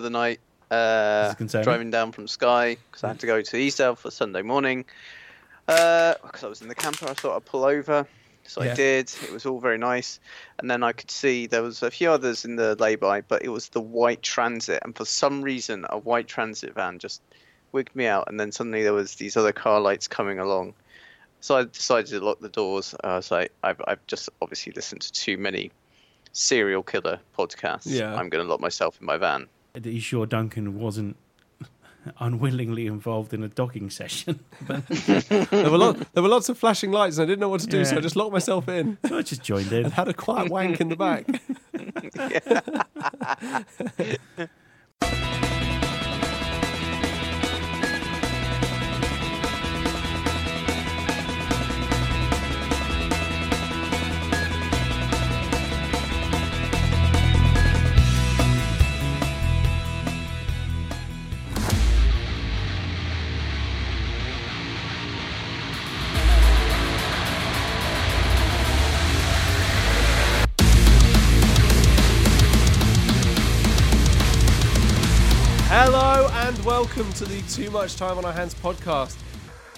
the other night uh, This is concerning. driving down from Sky because I had to go to Eastdale for Sunday morning. Because I was in the camper, I thought I'd pull over. So Yeah. I did. It was all very nice. And then I could see there was a few others in the lay-by, but it was the white transit. And for some reason, a white transit van just wigged me out. And then suddenly there was these other car lights coming along. So I decided to lock the doors. Uh, I was like, I've, I've just obviously listened to too many serial killer podcasts. Yeah. I'm going to lock myself in my van. Are you sure Duncan wasn't unwillingly involved in a dogging session? but There were, lot, there were lots of flashing lights, and I didn't know what to do, so Yeah. I just locked myself in so I just joined in. and had a quiet wank in the back. Hello and welcome to the Too Much Time on Our Hands podcast.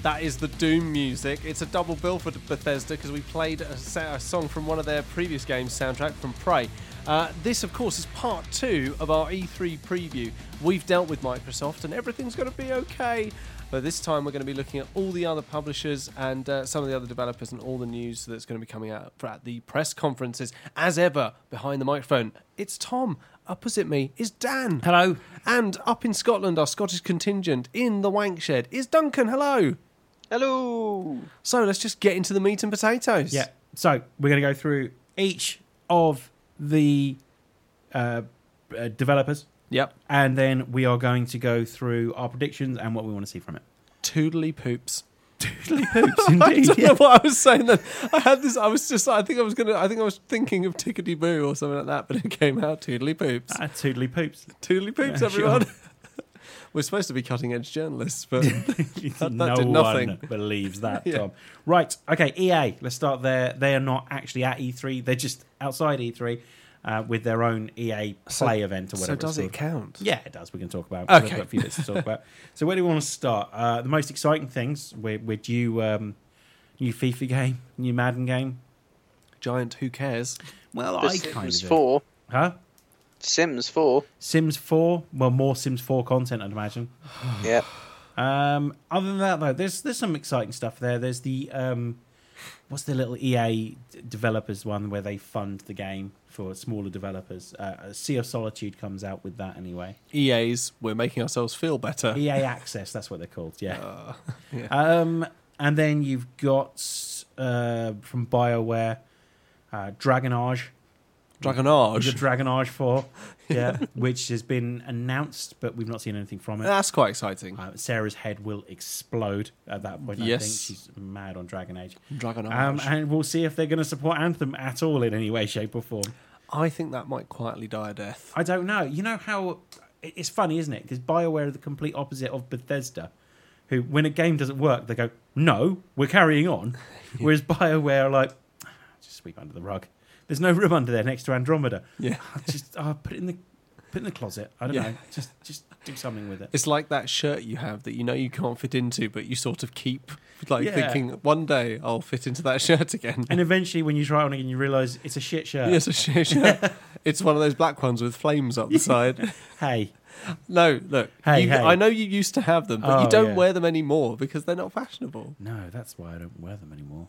That is the Doom music. It's a double bill for Bethesda because we played a, sa- a song from one of their previous games, soundtrack from Prey. Uh, this, of course, is part two of our E3 preview. We've dealt with Microsoft and everything's going to be okay. But this time we're going to be looking at all the other publishers and uh, some of the other developers and all the news that's going to be coming out for- at the press conferences. As ever, behind the microphone, it's Tom. Opposite me is Dan. Hello. And up in Scotland, our Scottish contingent in the wank shed is Duncan. Hello. Hello. So let's just get into the meat and potatoes. Yeah. So we're going to go through each of the uh, uh, developers, Yep. and then we are going to go through our predictions and what we want to see from it. Toodly poops. Oops, I indeed. don't know what I was saying then. I had this. I was just. I think I was gonna. I think I was thinking of tickety boo or something like that, but it came out toodly poops. Ah, toodly poops. Toodly poops, Yeah, sure. everyone. We're supposed to be cutting edge journalists, but that no did nothing. one believes that, Yeah. Tom. Right. Okay. EA. Let's start there. They are not actually at E3. They're just outside E3 uh, with their own EA So- Play event or whatever. so it's does called. it count? Yeah, it does. We can talk about. Okay. We've got a few bits to talk about. So where do we want to start? Uh, the most exciting things. We're, we're due um, new FIFA game, new Madden game. Giant. Who cares? Well, The I kind Sims of do. 4. huh? Sims 4. Sims Four. Well, more Sims Four content, I'd imagine. yeah. Um, other than that, though, there's there's some exciting stuff there. There's the um, what's the little EA d- developers one where they fund the game for smaller developers. Uh, sea of Solitude comes out with that anyway. EA's. E We're making ourselves feel better. EA E Access, that's what they're called. Yeah. Uh, yeah. Um, and then you've got uh, from Bioware, uh, Dragon Age. The Dragonage. Dragon Age Four, yeah, which has been announced, but we've not seen anything from it. That's quite exciting. Uh, Sarah's head will explode at that point. I think Yes. Oh, she's mad on Dragon Age. Dragonage. Um, and we'll see if they're going to support Anthem at all in any way, shape, or form. I think that might quietly die a death. I don't know. You know how it- it's funny, isn't it? Because Bioware are the complete opposite of Bethesda, who, when a game doesn't work, they go, "No, we're carrying on." Whereas Bioware are like, "Ah, "Just sweep under the rug." There's no room under there next to Andromeda. Yeah. Ah, just ah, put it in the put it in the closet. I don't Yeah. know. Just just do something with it. It's like that shirt you have that you know you can't fit into, but you sort of keep like Yeah. thinking one day I'll fit into that shirt again. And eventually, when you try it on again, you realise it's a shit shirt. Yes, a shirt. shirt. it's one of those black ones with flames up the side. Hey, no, look, Hey, you- hey. I know you used to have them, but Oh, you don't yeah. wear them anymore because they're not fashionable. no, that's why I don't wear them anymore.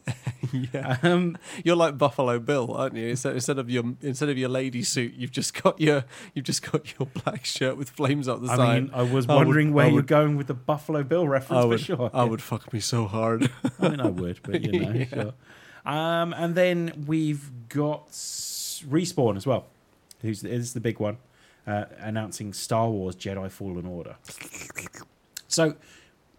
yeah, Um, you're like Buffalo Bill, aren't you? Instead, instead of your instead of your lady suit, you've just got your you've just got your black shirt with flames up the I side. mean, I was I would- wondering where I you were would- going with the Buffalo Bill reference I would, for sure. I would fuck me so hard. I mean, I would, but you know, Yeah. sure. Um, and then we've got Respawn as well, who's is the big one, uh, announcing Star Wars Jedi Fallen Order. So,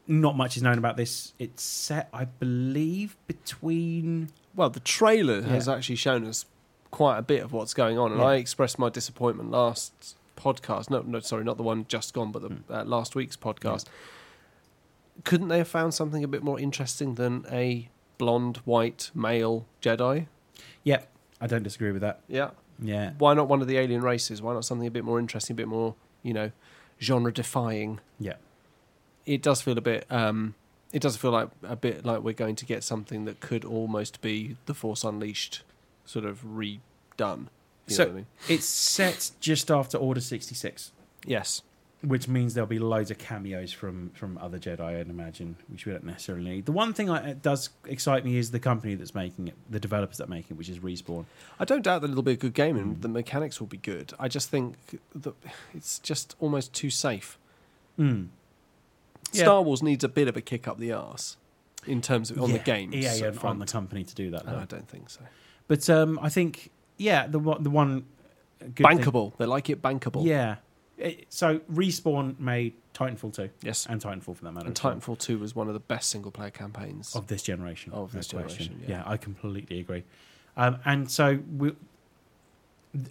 not much is known about this. It's set, I believe, between Well, the trailer has Yeah. actually shown us quite a bit of what's going on, and Yeah. I expressed my disappointment last podcast. No, no, sorry, not the one just gone, but the Hmm. uh, last week's podcast. Couldn't they have found something a bit more interesting than a blonde, white male Jedi? Yep, I don't disagree with that. Yeah. Yeah, Why not one of the alien races? Why not something a bit more interesting, a bit more you know, genre defying. Yeah. It does feel a bit. Um, it does feel like a bit like we're going to get something that could almost be the Force Unleashed, sort of redone. You So- know what I mean? It's set just after Order 66, Yes. which means there'll be loads of cameos from, from other Jedi, I'd imagine, which we don't necessarily need. The one thing I, that does excite me is the company that's making it, the developers that make it, which is Respawn. I don't doubt that it'll be a good game and the mechanics will be good. I just think that it's just almost too safe. Mm. Yeah. Star Wars needs a bit of a kick up the arse in terms of on the Yeah, games. EA and front. on the company to do that. And I Though. don't think so. But um, I think, yeah, the one- the one good thing- bankable. They like it bankable. yeah. It- so Respawn made Titanfall two Yes. and Titanfall for that matter. And as well, Titanfall 2 was one of the best single player campaigns. of this generation. Of this no question. generation, yeah. I completely agree. Um, and so we,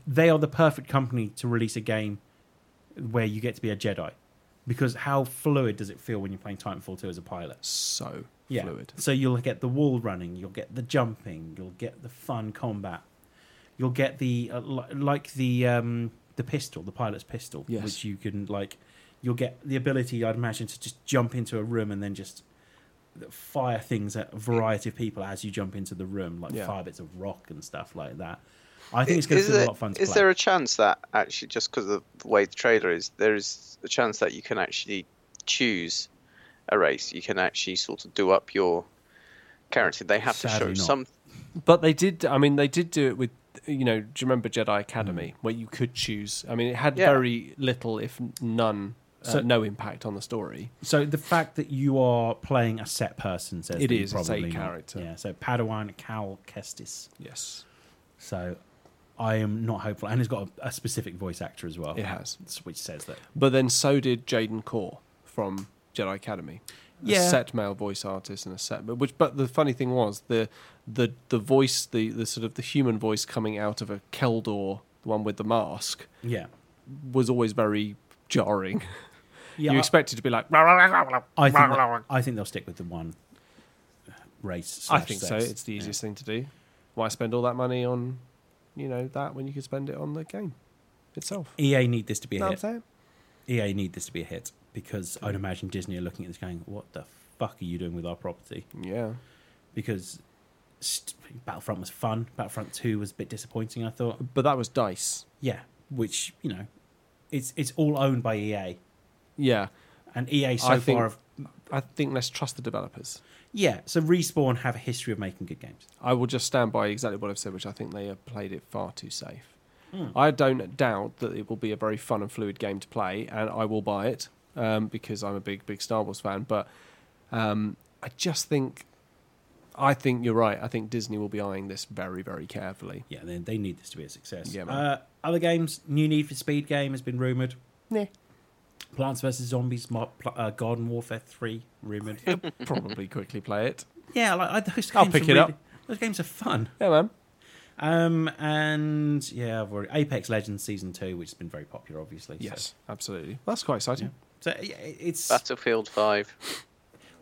they are the perfect company to release a game where you get to be a Jedi, because how fluid does it feel when you're playing Titanfall two as a pilot? so yeah. fluid. So you'll get the wall running, you'll get the jumping, you'll get the fun combat, you'll get the uh, li- like the um, the pistol, the pilot's pistol, Yes. which you can like. You'll get the ability, I'd imagine, to just jump into a room and then just fire things at a variety of people as you jump into the room, like Yeah. fire bits of rock and stuff like that. I think it's going Is to be a there- lot of fun to Is play. there a chance that actually, just because of the way the trailer is, there is a chance that you can actually choose a race? You can actually sort of do up your character. They have to show Sadly not. some. But they did, I mean, they did do it with, you know, do you remember Jedi Academy, Mm. where you could choose? I mean, it had Yeah. very little, if none, uh, So- no impact on the story. So the fact that you are playing a set person says It that you're is, it's a probably not. character. Yeah. So Padawan Cal Kestis. Yes. So I am not hopeful. And it's got a, a specific voice actor as well. It has. Which says that. But then so did Jaden Core from Jedi Academy. Yeah. A set male voice artist and a set but which but the funny thing was the the the voice the, the sort of the human voice coming out of a Keldor, the one with the mask, Yeah. was always very jarring. Yeah. you I- expected to be like "Rah, I, think that- I think they'll stick with the one race. I slash think so. sex. It's the Yeah. easiest thing to do. Why spend all that money on you know that when you could spend it on the game itself? EA need this to be Know E a what I'm hit. saying? EA need this to be a hit because I'd imagine Disney are looking at this going, "What the fuck are you doing with our property?" Yeah. Because st- Battlefront was fun. Battlefront Two was a bit disappointing. I thought. But that was dice. Yeah, which you know, it's it's all owned by EA, Yeah. and EA so I far think- have I think let's trust the developers. Yeah, so Respawn have a history of making good games. I will just stand by exactly what I've said, which I think they have played it far too safe. Hmm. I don't doubt that it will be a very fun and fluid game to play, and I will buy it um, because I'm a big, big Star Wars fan. But um, I just think, I think you're right. I think Disney will be eyeing this very, very carefully. Yeah, they, they need this to be a success. Yeah, man. uh, other games, new Need for Speed game has been rumored. Nah. Plants vs Zombies, Mo- Pl- uh, Garden Warfare Three rumored. Probably quickly play it. yeah, like I, those games I'll are pick it really- up. Those games are fun. Yeah, man. Um, and yeah, I've already Apex Legends Season Two, which has been very popular, obviously. so- Yes, Ah. absolutely. That's quite exciting. So, yeah, it- it's Battlefield Five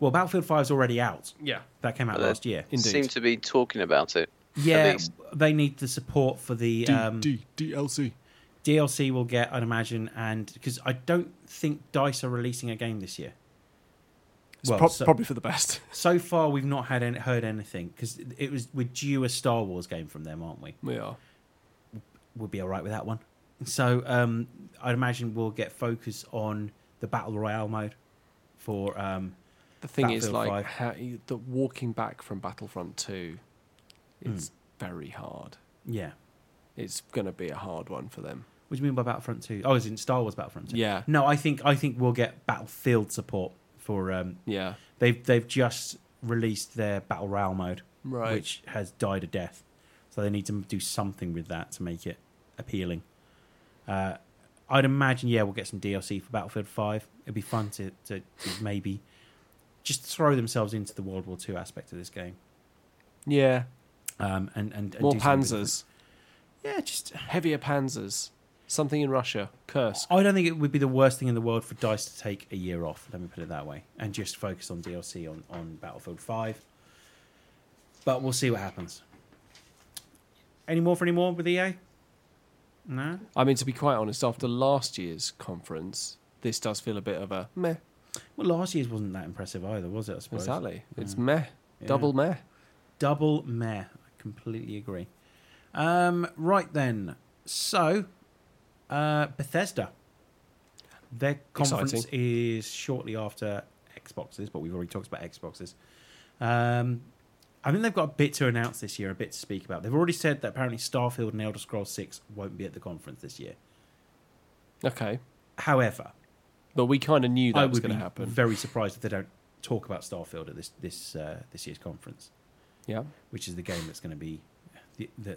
well, Battlefield Five's already out. Yeah. That came out Well, last year. Indeed. seem to be talking about it. Yeah, least. they need the support for the um, DLC. DLC will get, I'd imagine, and because I don't think Dice are releasing a game this year. It's well, prob- so, probably for the best. so far we've not had any, heard anything because it was we're due a Star Wars game from them, aren't we? we are. We'll be all right with that one. So um, I'd imagine we'll get focus on the battle royale mode for um, The thing is, Battlefield 5. like, how, you- the walking back from Battlefront 2, Hmm. it's very hard. yeah. It's going to be a hard one for them. What do you mean by Battlefront Two? Oh, is in Star Wars Battlefront Two? Yeah. No, I think I think we'll get Battlefield support for um, Yeah. they've they've just released their battle royale mode, Right. which has died a death. So they need to do something with that to make it appealing. Uh, I'd imagine, yeah, we'll get some DLC for Battlefield Five. It'd be fun to, to, to maybe just throw themselves into the World War Two aspect of this game, Yeah. um, and and, and More do something with panzers. it. Yeah, just Heavier panzers. Something in Russia. Kursk. I don't think it would be the worst thing in the world for Dice to take a year off. Let me put it that way, and just focus on DLC on, on Battlefield Five. E But we'll see what happens. Any more for any more with EA? No. I mean, to be quite honest, after last year's conference, this does feel a bit of a meh. Well, last year's wasn't that impressive either, was it? I suppose. Exactly. It's Yeah. meh. Hmm. Yeah. Double meh. Double meh. I completely agree. Um, right then. So, uh, Bethesda. Their conference is shortly after Xboxes, but we've already talked about Xboxes. Um, I think they've got a bit to announce this year, a bit to speak about. They've already said that apparently Starfield and Elder Scrolls 6 won't be at the conference this year. Okay. However, But we kind of knew I that was would going be to happen. very surprised if they don't talk about Starfield at this this uh, this year's conference. Yeah. which is the game that's going to be the, the,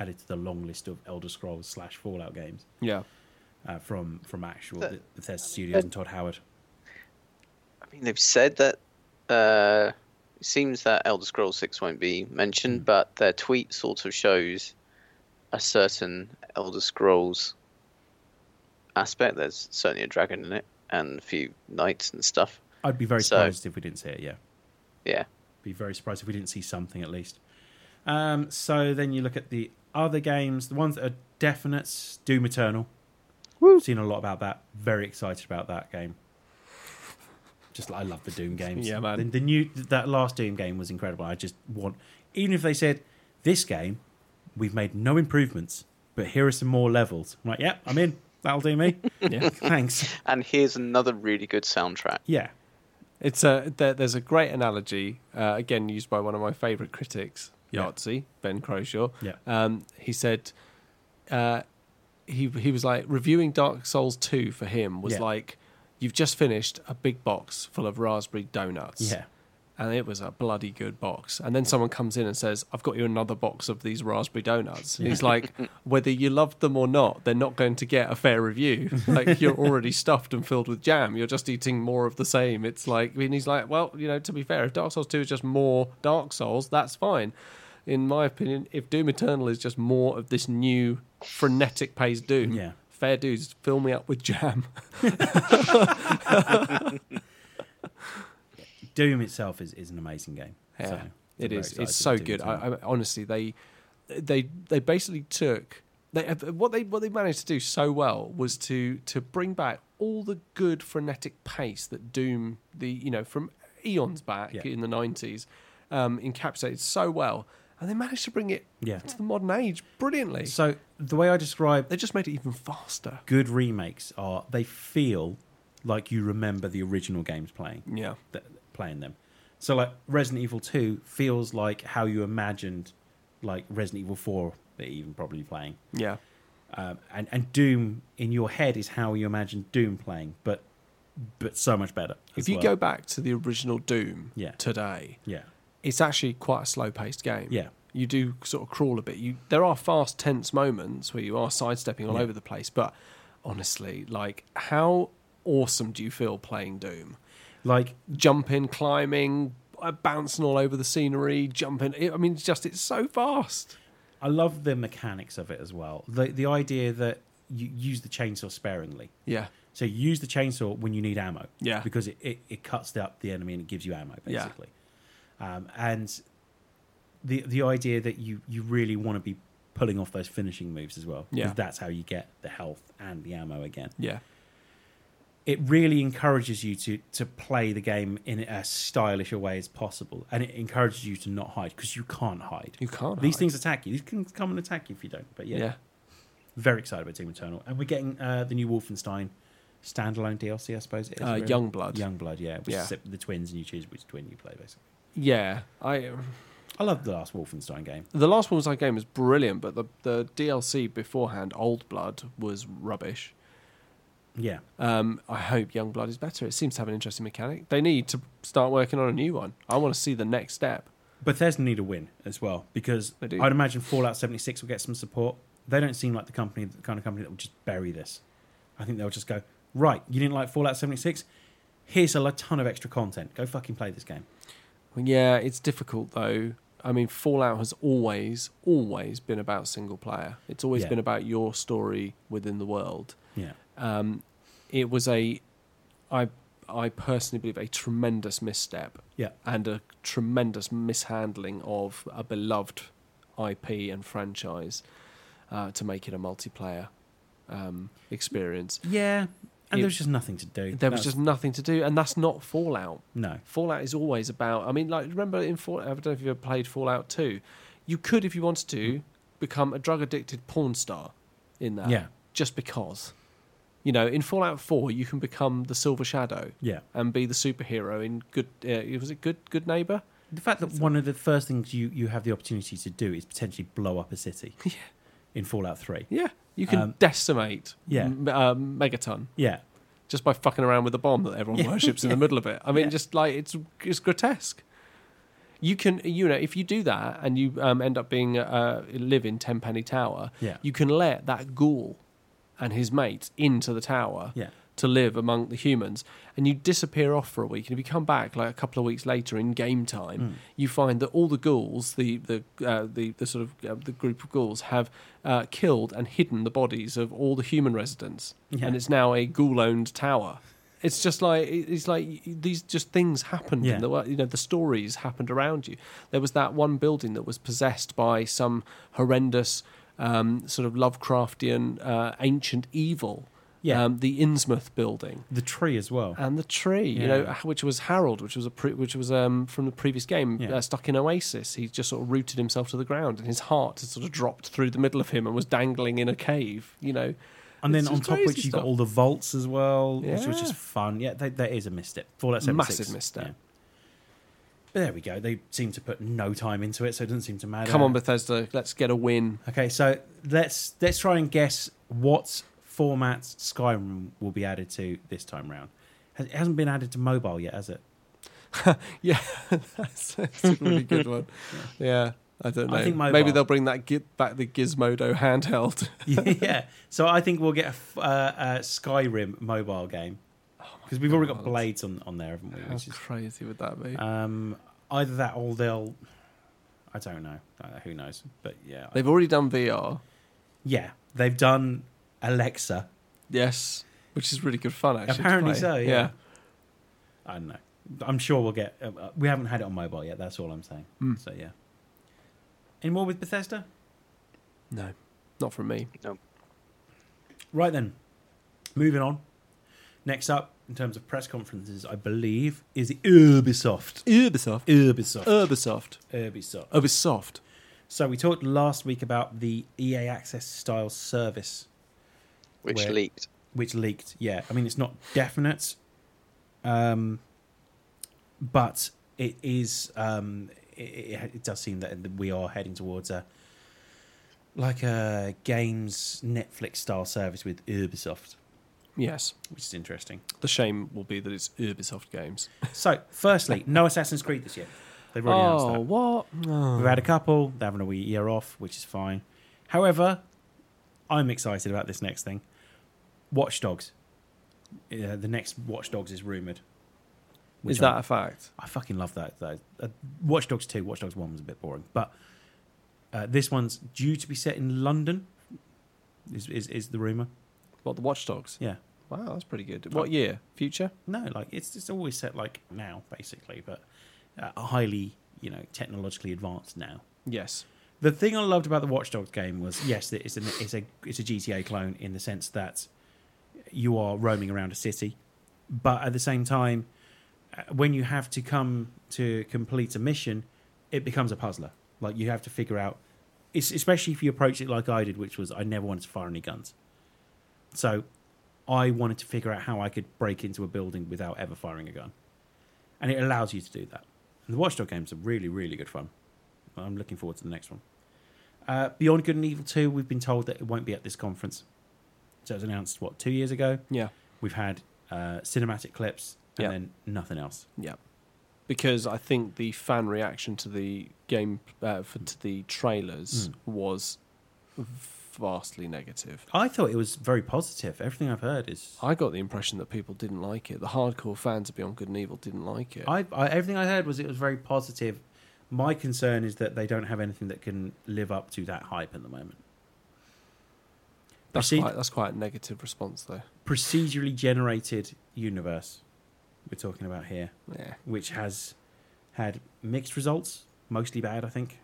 added to the long list of Elder Scrolls slash Fallout games Yeah. uh, from from actual But- Bethesda Studios and Todd Howard. I mean, they've said that. Uh, it seems that Elder Scrolls Six won't be mentioned, but their tweet sort of shows a certain Elder Scrolls aspect. There's certainly a dragon in it, and a few knights and stuff. I'd be very So- surprised if we didn't see it. Yeah, Yeah, be very surprised if we didn't see something at least. Um, so then you look at the other games, the ones that are definite. Doom Eternal. Woo. Seen a lot about that. Very excited about that game. Just I love the Doom games. Yeah, man. The, the new that last Doom game was incredible. I just want even if they said this game, we've made no improvements, but here are some more levels. I'm like, yep, I'm in. That'll do me. Yeah. Thanks. and here's another really good soundtrack. Yeah. It's a there, there's a great analogy uh, again used by one of my favourite critics, Yeah. Yahtzee Ben Croshaw. Yeah. Um, he said uh, he he was like reviewing Dark Souls two for him was Yeah. like you've just finished a big box full of raspberry donuts. Yeah. And it was a bloody good box. And then someone comes in and says, I've got you another box of these raspberry donuts. And he's like, whether you loved them or not, they're not going to get a fair review. Like, you're already stuffed and filled with jam. You're just eating more of the same. It's like, and he's like, well, you know, to be fair, if Dark Souls 2 is just more Dark Souls, that's fine. In my opinion, if Doom Eternal is just more of this new frenetic pace Doom, Yeah. fair dues, fill me up with jam. Doom itself is, is an amazing game. Yeah, So, it very is. excited It's so for Doom good. Eternal. I, I honestly, they, they, they basically took they what they what they managed to do so well was to to bring back all the good frenetic pace that Doom the you know from eons back Yeah. in the nineties um, encapsulated so well, and they managed to bring it Yeah. to the modern age brilliantly. So the way I describe they just made it even faster. good remakes are they feel like you remember the original games playing Yeah, th- playing them. So like Resident Evil 2 feels like how you imagined like Resident Evil 4 that you even probably playing. yeah, Um, and and Doom in your head is how you imagined Doom playing, but but so much better. if as you well. go back to the original Doom Yeah. today, yeah. it's actually quite a slow paced game. Yeah. You do sort of crawl a bit. You there are fast, tense moments where you are sidestepping all Yeah. over the place, but honestly, like how awesome do you feel playing Doom? Like Jumping, climbing, uh, bouncing all over the scenery, jumping. It, I mean, it's just it's so fast. I love the mechanics of it as well. The the idea that you use the chainsaw sparingly. Yeah. So you use the chainsaw when you need ammo. Yeah. Because it, it, it cuts up the enemy and it gives you ammo, Yeah. basically. Um, and the the idea that you, you really want to be pulling off those finishing moves as well. Yeah. Because that's how you get the health and the ammo again. Yeah. It really encourages you to, to play the game in as stylish a way as possible. And it encourages you to not hide because you can't hide. You can't. These hide. things attack you. These can come and attack you if you don't. But Yeah. yeah, very excited about Team Eternal. And we're getting uh, the new Wolfenstein standalone DLC, I suppose. It is Uh, really. Youngblood. Youngblood, yeah. Which Yeah. is the twins, and you choose which twin you play, basically. Yeah. I I love the last Wolfenstein game. the last Wolfenstein game was brilliant, but the the DLC beforehand, Old Blood, was rubbish. Yeah. Um, I hope Youngblood is better. It seems to have an interesting mechanic. They need to start working on a new one. I want to see the next step. Bethesda need a win as well, because They do. I'd imagine Fallout 76 will get some support. They don't seem like the company, the kind of company that will just bury this. I think they'll just go, right, you didn't like Fallout 76? Here's a ton of extra content. Go fucking play this game. Well, yeah, it's difficult though. I mean, Fallout has always, always been about single player. It's always Yeah. been about your story within the world. Yeah. Um, it was a, I, I personally believe a tremendous misstep Yeah. and a tremendous mishandling of a beloved IP and franchise. uh, to make it a multiplayer um, experience. Yeah, and It- there was just nothing to do. There was That's- just nothing to do, and that's not Fallout. no. Fallout is always about. I mean, like remember in Fallout. I don't know if you ever played Fallout Two. You could, if you wanted to, become a drug addicted porn star in that. Mm-hmm. Yeah. Just because, you know, in Fallout Four, you can become the Silver Shadow Yeah, and be the superhero in Good. Uh, was it Good? Good Neighbor. the fact that one of the first things you you have the opportunity to do is potentially blow up a city. Yeah. In Fallout Three. Yeah. You can Um, decimate. yeah. M- uh, Megaton. Yeah, just by fucking around with a bomb that everyone Yeah. worships in the middle of it. I mean, Yeah. just like it's it's grotesque. You can, you know, if you do that and you um, end up being uh, live in Tenpenny Tower, Yeah. you can let that ghoul and his mate into the tower yeah, to live among the humans, and you disappear off for a week. And if you come back like a couple of weeks later in game time, Hmm. you find that all the ghouls, the the uh, the, the sort of uh, the group of ghouls, have uh, killed and hidden the bodies of all the human residents, Yeah. and it's now a ghoul-owned tower. It's just like it- it's like y- these just things happened Yeah. in the world. You know, the stories happened around you. There was that one building that was possessed by some horrendous um, sort of Lovecraftian uh, ancient evil. Yeah. Um, the Innsmouth building the tree as well. and the tree, you know, Yeah. which was Harold, which was a pre- which was um, from the previous game, Yeah. uh, stuck in Oasis. He just sort of rooted himself to the ground, and his heart had sort of dropped through the middle of him and was dangling in a cave. You know, And It's then on just top of crazy which you've got stuff. all the vaults as well, which was Yeah. just fun. Yeah, that, that is a misstep. Fallout 76. Massive misstep. But there we go. They seem to put no time into it, so it doesn't seem to matter. come on Bethesda, let's get a win. Okay, so let's let's try and guess what format Skyrim will be added to this time round. Has- It hasn't been added to mobile yet, has it? Yeah, that's, that's a really good one. Yeah, I don't know. I think mobile- Maybe they'll bring that gi- back the Gizmodo handheld. yeah. So I think we'll get a, f- uh, uh Skyrim mobile game because we've already got Oh God. Blades on, on there, haven't we? How Which is crazy would that be? Um, either that or they'll. I don't know. Uh, who knows? But yeah, I- They've already done VR. yeah, they've done Alexa. Yes, which is really good fun. Actually, to Apparently play. so. Yeah. I don't know. I'm sure we'll get. Uh, uh, we haven't had it on mobile yet. That's all I'm saying. Hmm. So yeah. Any more with Bethesda? No, not from me. Right then. Moving on. Next up, in terms of press conferences, I believe is Ubisoft. Ubisoft. Ubisoft. Ubisoft. Ubisoft. Ubisoft. So we talked last week about the EA Access style service which Where- leaked. which leaked. Yeah, I mean it's not definite, um, but it is. Um, it, it, it does seem that we are heading towards a like a games Netflix style service with Ubisoft, Yes. which is interesting. The shame will be that it's Ubisoft games. So, firstly, no Assassin's Creed this year. They've already oh, announced what? that. We've had a couple. They're having a wee year off, which is fine. However, I'm excited about this next thing. Watch Dogs. Yeah, the next Watch Dogs is rumored. Which Is I'm- that a fact? I fucking love that though. Uh, Watch Dogs Two, Watch Dogs One was a bit boring, but uh, this one's due to be set in London. Is is, is the rumor? What, the Watchdogs? Yeah. Wow, that's pretty good. What year? Future? No, like it's it's always set like now, basically, but uh, highly you know technologically advanced now. Yes. The thing I loved about the Watch Dogs game was yes, it's an, it's a it's a GTA clone in the sense that you are roaming around a city, but at the same time, uh, when you have to come to complete a mission, it becomes a puzzler. Like you have to figure out, it's, especially if you approach it like I did, which was I never wanted to fire any guns, so I wanted to figure out how I could break into a building without ever firing a gun, and it allows you to do that. And the Watchdog games are really really good fun. I'm looking forward to the next one. Uh, Beyond Good and Evil 2, we've been told that it won't be at this conference. So it was announced, what, two years ago? Yeah. We've had uh, cinematic clips and Yeah. then nothing else. Yeah. Because I think the fan reaction to the game, uh, for, to the trailers, Mm. was vastly negative. I thought it was very positive. Everything I've heard is. I got the impression that people didn't like it. The hardcore fans of Beyond Good and Evil didn't like it. I, I Everything I heard was it was very positive. My concern is that they don't have anything that can live up to that hype at the moment. that's, proceed- quite, that's quite a negative response, though. Procedurally generated universe, we're talking about here. Yeah. which has had mixed results, mostly bad, I think.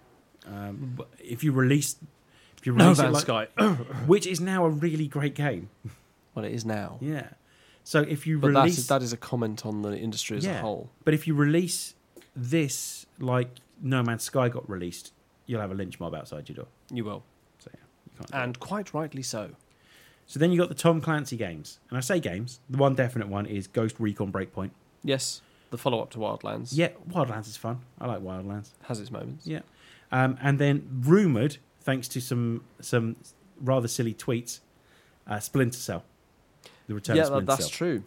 Um, but if you release, if You No release it Man's like- Sky. which is now a really great game. well, it is now. Yeah. So if you But release that's, that is a comment on the industry as Yeah. a whole. But if you release this, like No Man's Sky got released, you'll have a lynch mob outside your door. You will. So yeah, you can't. do And quite rightly so. it. so then you got the Tom Clancy games, and I say games. The one definite one is Ghost Recon Breakpoint. Yes, the follow up to Wildlands Yeah, Wildlands is fun. I like Wildlands. has its moments. Yeah, um, and then rumored, thanks to some some rather silly tweets, uh, Splinter Cell, the return yeah of Splinter that, that's Cell. true.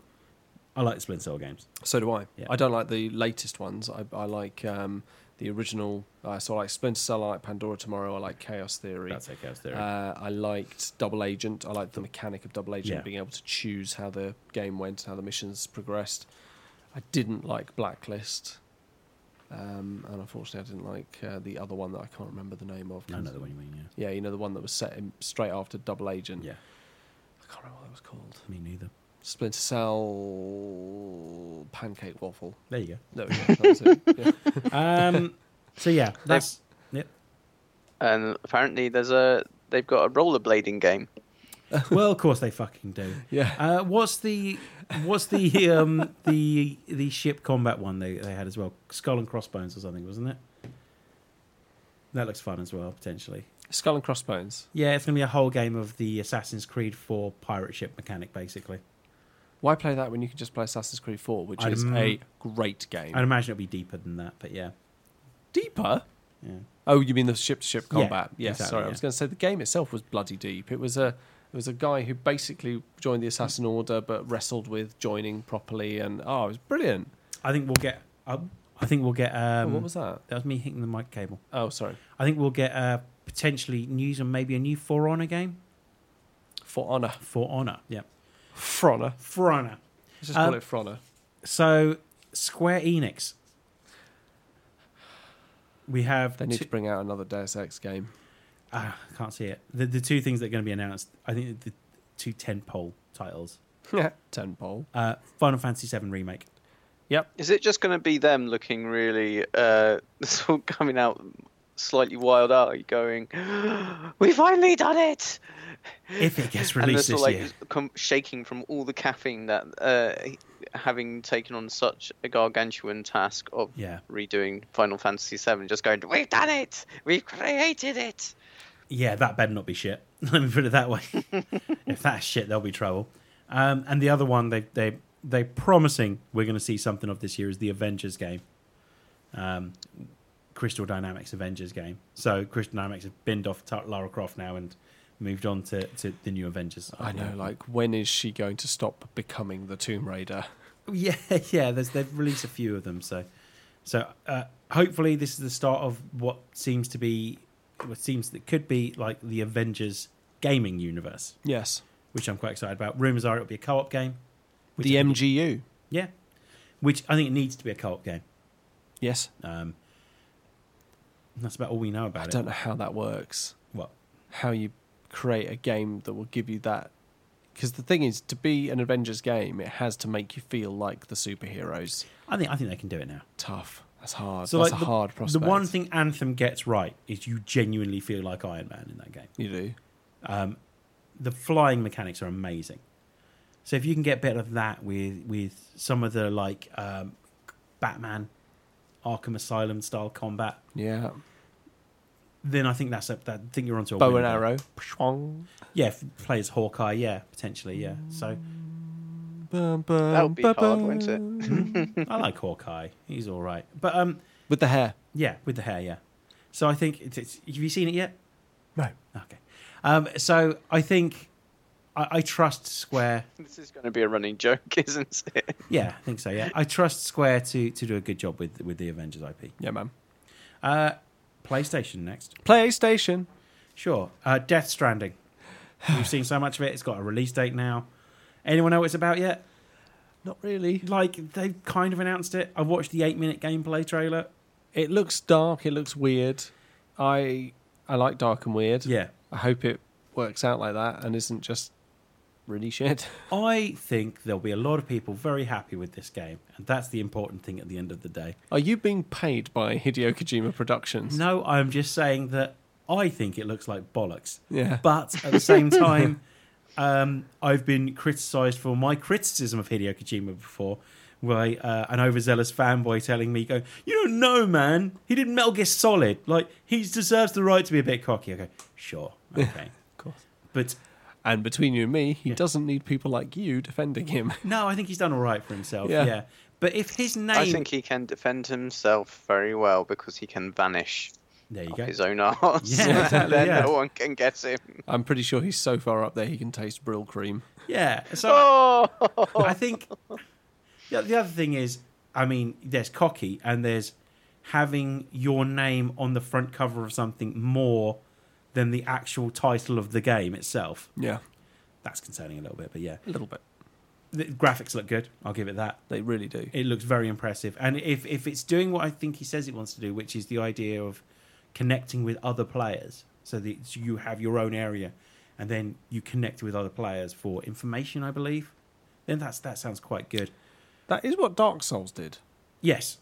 I like the Splinter Cell games. So do I. Yeah. I don't like the latest ones. I, I like um, the original. Uh, so I like Splinter Cell, I like Pandora Tomorrow, I like Chaos Theory. That's okay, that's theory. Uh, I liked Double Agent. I liked the mechanic of Double Agent, Yeah. being able to choose how the game went, how the missions progressed. I didn't like Blacklist. Um, and unfortunately, I didn't like uh, the other one that I can't remember the name of. I 'cause- know the one you mean. Yeah, you know, the one that was set in straight after Double Agent. Yeah, yeah, I can't remember what it was called. me neither. Splinter Cell Pancake Waffle. There you There we go. That was it. Yeah. go. Um, so yeah, that's And apparently, there's a they've got a rollerblading game. well, of course they fucking do. Yeah. Uh, what's the what's the um the the ship combat one they, they had as well? Skull and crossbones or something, wasn't it? That looks fun as well, potentially. Skull and Crossbones. Yeah, it's gonna be a whole game of the Assassin's Creed 4 pirate ship mechanic, basically. Why play that when you can just play Assassin's Creed 4, which I'd is im- a great game? I'd imagine it'll be deeper than that, but yeah, Deeper? yeah. Oh, you mean the ship to ship Yeah, combat? yes, exactly, sorry. yeah. I was going to say the game itself was bloody deep. It was a it was a guy who basically joined the assassin order but wrestled with joining properly and oh, it was brilliant. I think we'll get. I, I think we'll get. Oh, Um, what was that? that was me hitting the mic cable. Oh, sorry. I think we'll get uh, potentially news on maybe a new For Honor game. For Honor. For Honor, yeah. For Honor. For Honor. Let's just Um, call it For Honor. So Square Enix. We have. They need two- to bring out another Deus Ex game. ah, I can't see it. The, the two things that are going to be announced. I think the two ten pole titles. Tenpole. Uh, Final Fantasy VII remake. Is it just going to be them looking really uh, sort of coming out slightly wild eyed, going, "We finally done it!" If it gets and they're released sort of this like year. com- shaking from all the caffeine that uh, having taken on such a gargantuan task of Yeah. redoing Final Fantasy VII, just going, "We've done it! We've created it!" Yeah, that better not be shit. Let me put it that way. if that's shit, there'll be trouble. Um, and the other one they they they promising we're going to see something of this year is the Avengers game, um, Crystal Dynamics Avengers game. So Crystal Dynamics have binned off Ta- Lara Croft now and moved on to, to the new Avengers. I know, like, when is she going to stop becoming the Tomb Raider? yeah, yeah. There's, they've released a few of them, so so uh, hopefully this is the start of what seems to be what seems that could be like the Avengers gaming universe. Yes. which I'm quite excited about. Rumors are it'll be a co-op game. Which the I think- MGU. yeah, which I think it needs to be a co-op game. Yes. Um, and that's about all we know about I it. don't know how that works. What? how you create a game that will give you that. Because the thing is, to be an Avengers game, it has to make you feel like the superheroes. I think I think they can do it now. Tough. That's hard. So That's like a hard prospect. The one thing Anthem gets right is you genuinely feel like Iron Man in that game. you do. The flying mechanics are amazing. So if you can get a bit of that with with some of the like um, Batman, Arkham Asylum style combat, Yeah. then I think that's a, that I think you're onto a Bow winner and there. arrow. Pshwong. Yeah, if players Hawkeye. Yeah, potentially. Yeah. So Bum, bum, That would be bum, hard, bum. wouldn't it? I like Hawkeye. He's all right. But um, With the hair. yeah, with the hair, yeah. So I think it's, it's have you seen it yet? No. Okay. Um, so I think I, I trust Square. This is going to be a running joke, isn't it? Yeah, I think so. Yeah, I trust Square to to do a good job with with the Avengers IP. Yeah, man. Uh, PlayStation next. PlayStation. Sure. Uh, Death Stranding. We've seen so much of it. It's got a release date now. Anyone know what it's about yet? Not really. Like they kind of announced it. I watched the eight minute gameplay trailer. It looks dark. It looks weird. I I like dark and weird. Yeah. I hope it works out like that and isn't just really shit. I think there'll be a lot of people very happy with this game, and that's the important thing at the end of the day. Are you being paid by Hideo Kojima Productions? No, I'm just saying that I think it looks like bollocks. Yeah. But at the same time, um, I've been criticised for my criticism of Hideo Kojima before by uh, an overzealous fanboy telling me, "Go, you don't know, man. He did Metal Gear Solid. Like he deserves the right to be a bit cocky." I go, "Sure, okay." Of course. but And between you and me, he doesn't need people like you defending him. no, I think he's done all right for himself. Yeah. Yeah. But if his name, I think he can defend himself very well because he can vanish there you off go. his own arse. Yeah, exactly, then yeah. no one can get him. I'm pretty sure he's so far up there he can taste Brill cream. Yeah. So Oh, I think the, the other thing is, I mean, there's cocky and there's having your name on the front cover of something more than the actual title of the game itself. Yeah, That's concerning a little bit, but yeah. a little bit. The graphics look good. I'll give it that. They really do. It looks very impressive. And if, if it's doing what I think he says it wants to do, which is the idea of connecting with other players, so that it's- you have your own area and then you connect with other players for information, I believe, then that's that sounds quite good. That is what Dark Souls did. Yes.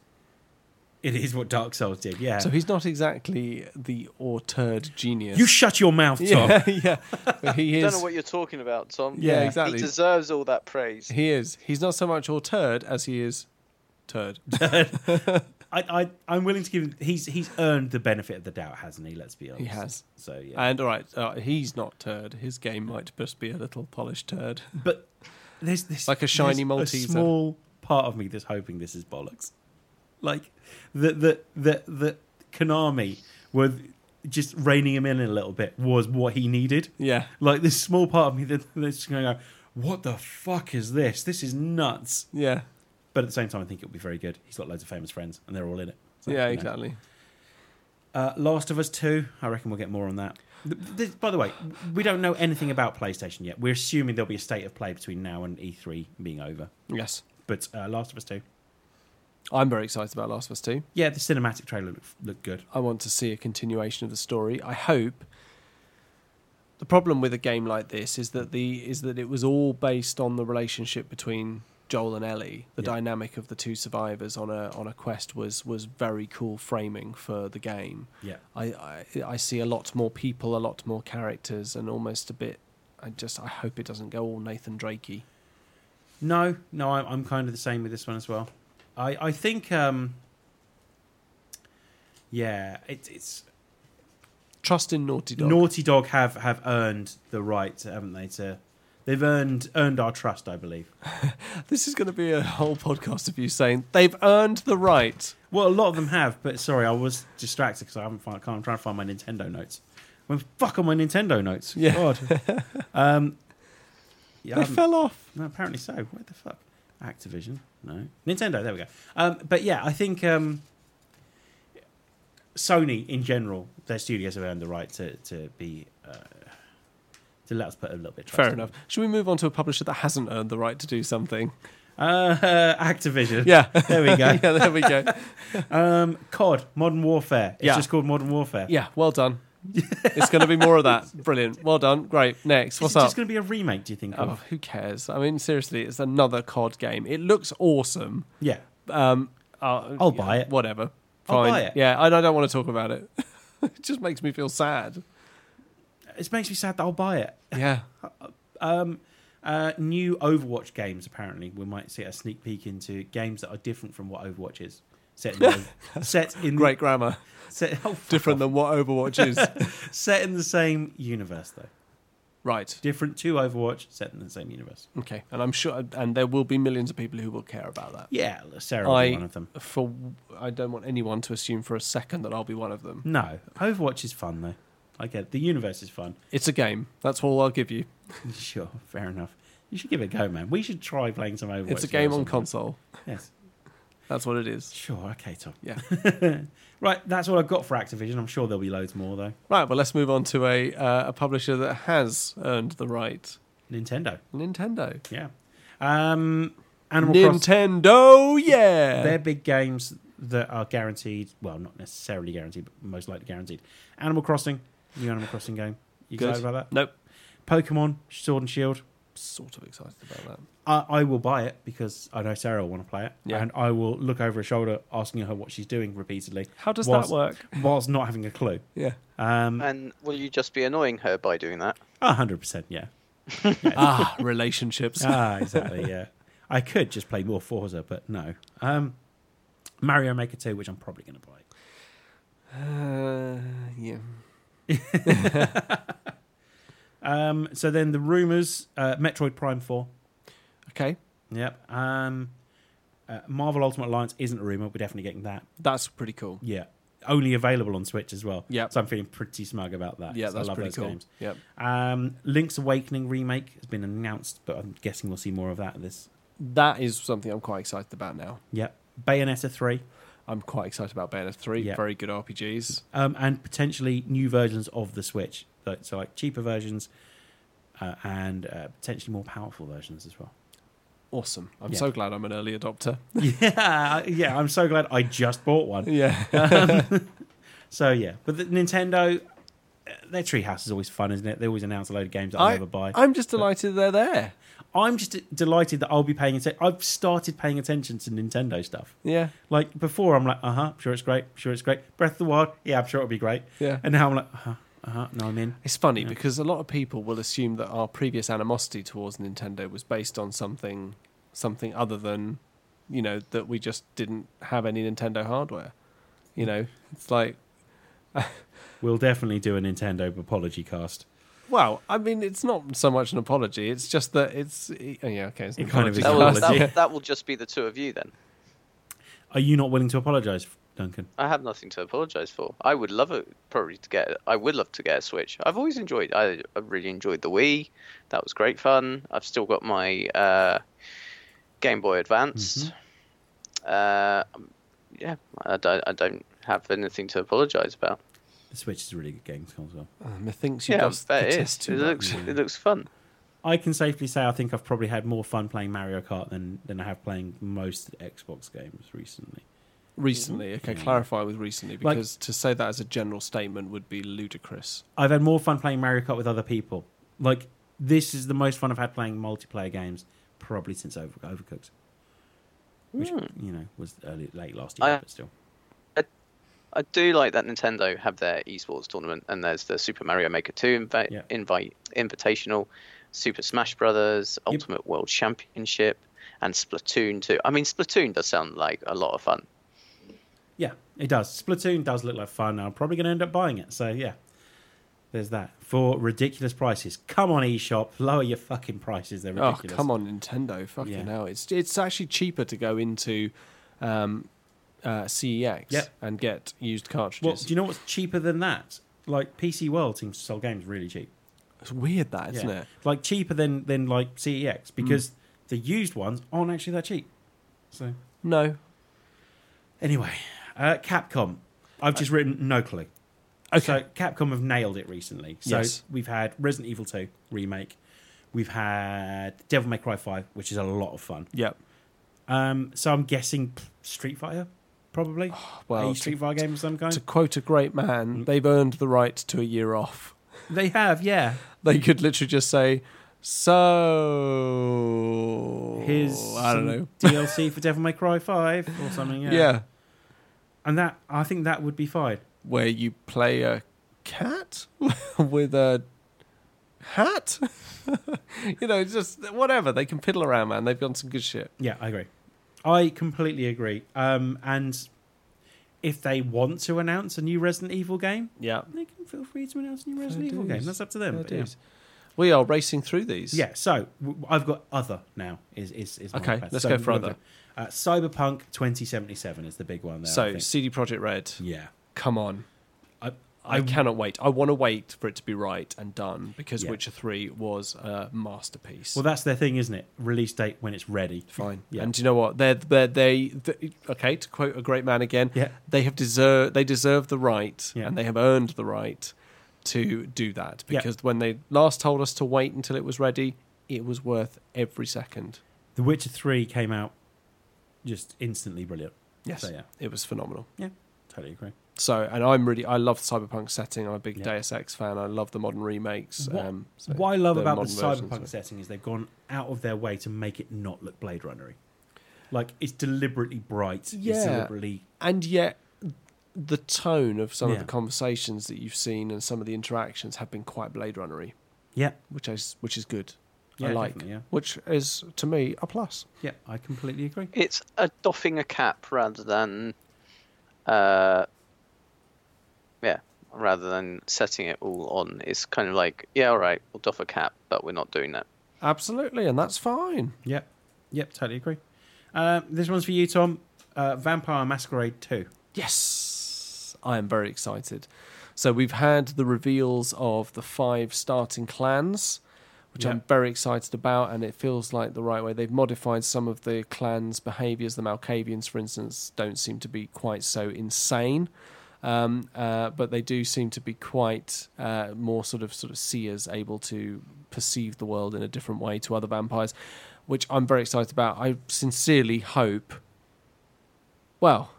It is what Dark Souls did, yeah. So he's not exactly the autored genius. you shut your mouth, Tom. yeah, yeah. But he I is. don't know what you're talking about, Tom. Yeah, Yeah. exactly. He deserves all that praise. He is. He's not so much autored as he is turd. I, I, I'm willing to give him. He's he's earned the benefit of the doubt, hasn't he? Let's be honest. He has. So yeah. And all right, uh, he's not turd. His game might just be a little polished turd. but there's this Like a shiny there's Malteser. A small part of me that's hoping this is bollocks. Like that that that that Konami were just reining him in a little bit was what he needed. Yeah. Like this small part of me that, that's just going to go, what the fuck is this? This is nuts. Yeah. But at the same time, I think it'll be very good. He's got loads of famous friends, and they're all in it. So, Yeah, you know. exactly. Uh, Last of Us Two. I reckon we'll get more on that. Th- th- by the way, we don't know anything about PlayStation yet. We're assuming there'll be a state of play between now and E3 being over. Yes. But uh, Last of Us Two. I'm very excited about Last of Us 2. Yeah, the cinematic trailer looked, looked good. I want to see a continuation of the story. I hope. The problem with a game like this is that the is that it was all based on the relationship between Joel and Ellie. The Yeah. dynamic of the two survivors on a on a quest was was very cool framing for the game. Yeah, I, I I see a lot more people, a lot more characters, and almost a bit. I just I hope it doesn't go all Nathan Drakey. No, no, I'm, I'm kind of the same with this one as well. I, I think, um, yeah, it, it's Trust in Naughty Dog. Naughty Dog have have earned the right, haven't they? To they've earned earned our trust, I believe. this is going to be a whole podcast of you saying they've earned the right. Well, a lot of them have, but sorry, I was distracted because I haven't found. I'm trying to find my Nintendo notes. When fuck on my Nintendo notes? Yeah. God. um, yeah, I they haven't- fell off. no, apparently so. Where the fuck? Activision? No. Nintendo. There we go. Um, but yeah, I think um, Sony in general, their studios have earned the right to to be uh, to let us put a little bit. of trust Fair in enough. them. Should we move on to a publisher that hasn't earned the right to do something? Uh, Activision. Yeah. There we yeah, go. there we go. Um, COD, Modern Warfare. It's Yeah. just called Modern Warfare. Yeah, well done. it's going to be more of that. Brilliant. Well done. Great. Next, Is what's it up? just going to be a remake? Do you think? Oh, of? who cares? I mean, seriously, it's another COD game. It looks awesome. Yeah. Um, I'll, I'll buy it. Whatever. I'll Fine. buy it. Yeah, and I don't want to talk about it. it just makes me feel sad. It makes me sad that I'll buy it. Yeah. Um, uh, new Overwatch games, apparently. We might see a sneak peek into games that are different from what Overwatch is. Set in the, set in Great grammar. set, oh, fuck Different off. than what Overwatch is. set in the same universe though. right. Different to Overwatch, set in the same universe. Okay. And I'm sure, and there will be millions of people who will care about that. Yeah, Sarah will I be one of them. for I don't want anyone to assume for a second that I'll be one of them. No, Overwatch is fun though. I get it. the universe is fun. It's a game. That's all I'll give you. Sure, fair enough. You should give it a go, man. We should try playing some Overwatch. It's a game on sometime. console. Yes. That's what it is. Sure. Okay, Tom. Yeah. right. That's all I've got for Activision. I'm sure there'll be loads more though. Right. Well, let's move on to a uh, a publisher that has earned the right. Nintendo. Nintendo. Yeah. Um, Animal Crossing. Nintendo. Yeah. They're big games that are guaranteed. Well, not necessarily guaranteed, but most likely guaranteed. Animal Crossing, new Animal Crossing game. You Good. excited about that? Nope. Pokemon Sword and Shield. sort of excited about that. I, I will buy it because I know Sarah will want to play it, Yeah. and I will look over her shoulder, asking her what she's doing repeatedly. How does whilst- that work? Whilst not having a clue. Yeah. Um, And will you just be annoying her by doing that? a hundred percent, yeah. ah, relationships. Ah, exactly, yeah. I could just play more Forza, but no. Um, Mario Maker Two, which I'm probably going to buy. Uh, yeah. Um, so then the rumors: uh, Metroid Prime Four. Okay, Yep. Um, uh, Marvel Ultimate Alliance isn't a rumor. We're definitely getting that. that's pretty cool. Yeah. Only available on Switch as well. Yep. So I'm feeling pretty smug about that. Yeah, 'cause that's I love pretty those cool. games. Yep. Um, Link's Awakening remake has been announced, but I'm guessing we'll see more of that. This. That is something I'm quite excited about now. Yep. Bayonetta three, I'm quite excited about Bayonetta 3. Yeah. Very good RPGs. um, and potentially new versions of the Switch. So, so like cheaper versions. Uh, and uh, potentially more powerful versions as well. Awesome. I'm Yeah. so glad I'm an early adopter. yeah, yeah. I'm so glad I just bought one. yeah. Um, so yeah, but the Nintendo, uh, their treehouse is always fun, isn't it? They always announce a load of games that I'll I- never buy. I'm just delighted they're there. I'm just delighted that I'll be paying attention. I've started paying attention to Nintendo stuff. Yeah. Like before, I'm like, uh huh, sure it's great, sure it's great. Breath of the Wild, yeah, I'm sure it'll be great. Yeah. And now I'm like, uh huh, uh huh, no, I'm in. It's funny Yeah. because a lot of people will assume that our previous animosity towards Nintendo was based on something something other than, you know, that we just didn't have any Nintendo hardware. You know, it's like We'll definitely do a Nintendo apology cast. well, I mean, it's not so much an apology. It's just that it's it- oh, yeah, okay. It's an It kind of apology. is That an will, Because- that, will- Yeah. that will just be the two of you then. Are you not willing to apologise, Duncan? I have nothing to apologise for. I would love it probably to get. I would love to get a Switch. I've always enjoyed. I, I really enjoyed the Wii. That was great fun. I've still got my uh, Game Boy Advance. Mm-hmm. Uh, yeah, I don't, I don't have anything to apologise about. The Switch is a really good games console. Uh, methinks you Yeah, just that is. protest It too much. looks it looks fun. I can safely say I think I've probably had more fun playing Mario Kart than, than I have playing most Xbox games recently. recently. Okay, Yeah. clarify with recently Mm. Like- because to say that as a general statement would be ludicrous. I've had more fun playing Mario Kart with other people. Like this is the most fun I've had playing multiplayer games probably since Over- Overcooked, which Hmm. you know was early late last Oh, year, I- but still. I do like that Nintendo have their esports tournament, and there's the Super Mario Maker 2 invi- Yeah. invite invitational, Super Smash Brothers, Ultimate World Championship, and Splatoon 2. I mean, Splatoon does sound like a lot of fun. Yeah, it does. Splatoon does look like fun. and I'm probably going to end up buying it. So yeah, there's that for ridiculous prices. Come on, eShop, lower your fucking prices. They're ridiculous. Oh, come on, Nintendo! Fucking Yeah. hell, it's it's actually cheaper to go into um, uh, CEX Yep. and get used Well, cartridges. do you know what's cheaper than that? Like PC World seems to sell games really cheap. It's weird that, isn't Yeah. it? Mm. Like cheaper than than like CEX because the used ones aren't actually that cheap. So No. anyway, uh, Capcom. I've Uh, just written no clue. So Capcom have nailed it recently. So Yes. we've had Resident Evil 2 remake. We've had Devil May Cry 5, which is a lot of fun. Yep. Um, so I'm guessing p- Street Fighter, probably. Well, a Street Fighter Mm. game of some kind. to quote a great man, they've earned the right to a year off. they have, yeah. They could literally just say, "So Here's Oh, I don't some know." DLC for Devil May Cry 5 or something. Yeah. Yeah. And that I think that would be fine. where you play a cat with a hat. you know, just whatever they can piddle around, man. They've done some good shit. Yeah, I agree. I completely agree. Um, and if they want to announce a new Resident Evil game, Yeah. they can feel free to announce a new Fair Resident Evil dues. game. That's up to them. but yeah. We are racing through these. yeah, so w- I've got other now. Is is, is my Okay, best. let's So go for we've got other. the- Uh, Cyberpunk 2077 is the big one. There, I So think. CD Projekt Red, yeah, come on. I, I, I- cannot wait. I want to wait for it to be right and done because Yeah. Witcher 3 was a masterpiece. well, that's their thing, isn't it? Release date when it's ready. Fine. Yeah. And do you know what? They're, they're, they, they, okay, to quote a great man again, Yeah. they have deserve, they deserve the right Yeah. and they have earned the right to do that Yeah. because when they last told us to wait until it was ready, it was worth every second. The Witcher Three came out just instantly brilliant. Yes. So yeah, It was phenomenal. yeah, totally agree. So, and I'm really, I love the cyberpunk setting. I'm a big Yeah. Deus Ex fan. I love the modern remakes. What, um, so what I love the about the modern versions, cyberpunk so- setting is they've gone out of their way to make it not look Blade Runnery. Like it's deliberately bright. It's Yeah. deliberately and yet the tone of some of the Yeah. conversations that you've seen and some of the interactions have been quite Blade Runnery, yeah. which is which is good. I Yeah, like, definitely, yeah. which is to me a plus. Yeah, I completely agree. It's a doffing a cap rather than, uh, yeah, rather than setting it all on. It's kind of like, yeah, all right, we'll doff a cap, but we're not doing that. Absolutely, and that's fine. Yep. Yep, totally agree. Uh, this one's for you, Tom. Uh, Vampire Masquerade 2. Yes, I am very excited. So we've had the reveals of the five starting clans, which Yeah. I'm very excited about, and it feels like the right way. They've modified some of the clans' behaviours. The Malkavians, for instance, don't seem to be quite so insane, um, uh, but they do seem to be quite uh, more sort of sort of seers, able to perceive the world in a different way to other vampires, which I'm very excited about. I sincerely hope. Well,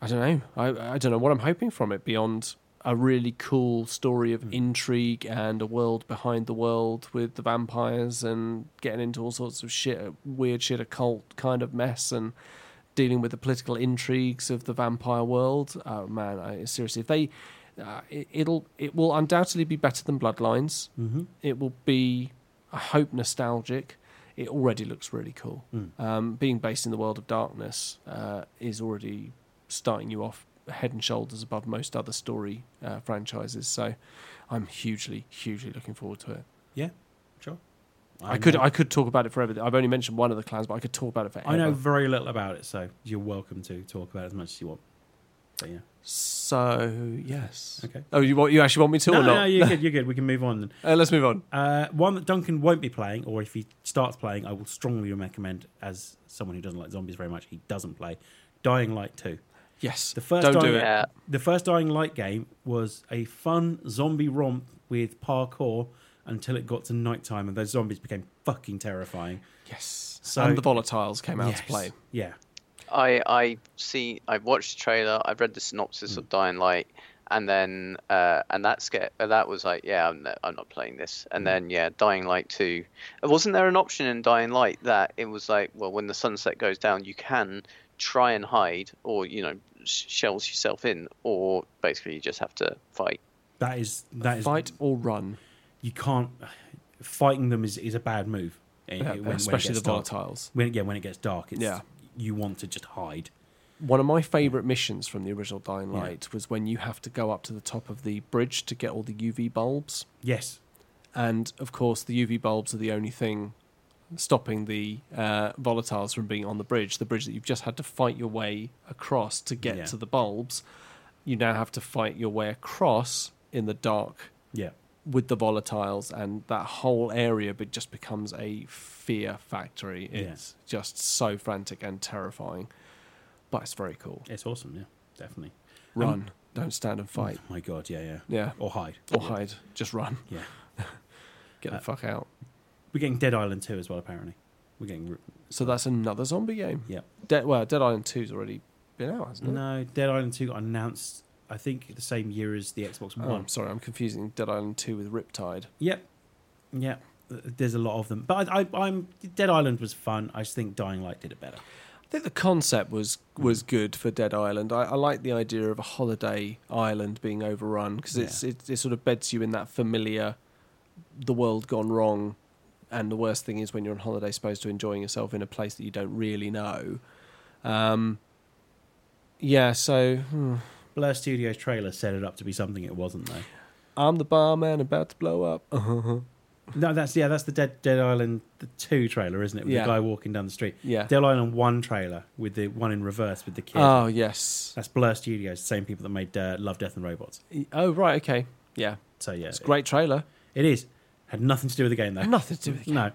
I don't know. I, I don't know what I'm hoping from it beyond a really cool story of intrigue and a world behind the world with the vampires and getting into all sorts of shit, weird shit, occult kind of mess and dealing with the political intrigues of the vampire world. Oh man, I, seriously, if they, uh, it, it'll it will undoubtedly be better than Bloodlines. Mm-hmm. It will be, I hope, nostalgic. It already looks really cool. Um, being based in the world of darkness uh, is already starting you off head and shoulders above most other story uh, franchises. So I'm hugely, hugely looking forward to it. Yeah, sure. I, could I could talk about it forever. I've only mentioned one of the clans, but I could talk about it forever. I know very little about it, so you're welcome to talk about it as much as you want. But yeah. So yes. Okay. Oh, you want you actually want me to no, or no, not? no, you're good. You're good. We can move on. Then. Uh, let's move on. Uh, one that Duncan won't be playing, or if he starts playing, I will strongly recommend, as someone who doesn't like zombies very much, he doesn't play Dying Light 2. Yes. The first Don't Dying, do it. Yeah. The first Dying Light game was a fun zombie romp with parkour until it got to nighttime and those zombies became fucking terrifying. Yes. So- and the volatiles came out Yes. to play. Yeah. I I see. I've watched the trailer. I've read the synopsis Hmm. of Dying Light, and then uh, and that sca- uh, that was like, yeah, I'm, not- I'm not playing this. Hmm. And then yeah, Dying Light two. Uh, Wasn't there an option in Dying Light that it was like, well, when the sunset goes down, you can try and hide, or you know, sh- shells yourself in, or basically you just have to fight. That is that is Fight or run, you can't fighting them is, is a bad move. eh, Yeah, when- when it uh, especially the gets dark. volatiles. When yeah, when it gets dark, it's Yeah. you want to just hide. One of my favourite missions from the original Dying Light was when you have to go up to the top of the bridge to get all the UV bulbs. Yes. And of course, the UV bulbs are the only thing stopping the uh, volatiles from being on the bridge. The bridge that you've just had to fight your way across to get Yeah. to the bulbs, you now have to fight your way across in the dark Yeah. with the volatiles, and that whole area but just becomes a fear factory. Yeah. It's just so frantic and terrifying, but it's very cool. It's awesome, yeah. Definitely. Run, don't stand and fight Oh my god, yeah, yeah. Uh, Yeah. Or hide. or hide. Just run. Yeah. Get the fuck out. We're getting Dead Island 2 as well apparently. We're getting re- So that's another zombie game. yeah. Dead, well, Dead Island 2's already been out, hasn't it? No, Dead Island 2 got announced, I think, the same year as the Xbox Oh, One. I'm sorry, I'm confusing Dead Island 2 with Riptide. Yep. Yep. There's a lot of them. But I, I, I'm Dead Island was fun. I just think Dying Light did it better. I think the concept was was good for Dead Island. I, I like the idea of a holiday island being overrun because it's it, it sort of beds you in that familiar, the world gone wrong, and the worst thing is when you're on holiday, supposed to enjoying yourself in a place that you don't really know. Um, yeah, so hmm. Blur Studios trailer set it up to be something it wasn't though. I'm the barman about to blow up. Uh-huh. No, that's yeah, that's the Dead Dead Island the two trailer, isn't it? With Yeah. the guy walking down the street. Yeah. Dead Island one trailer with the one in reverse with the kid. Oh yes. That's Blur Studios, the same people that made uh, Love, Death and Robots. Oh right. Okay. Yeah. So yeah, It's a great trailer. It is. Had nothing to do with the game though. Nothing to do with the No.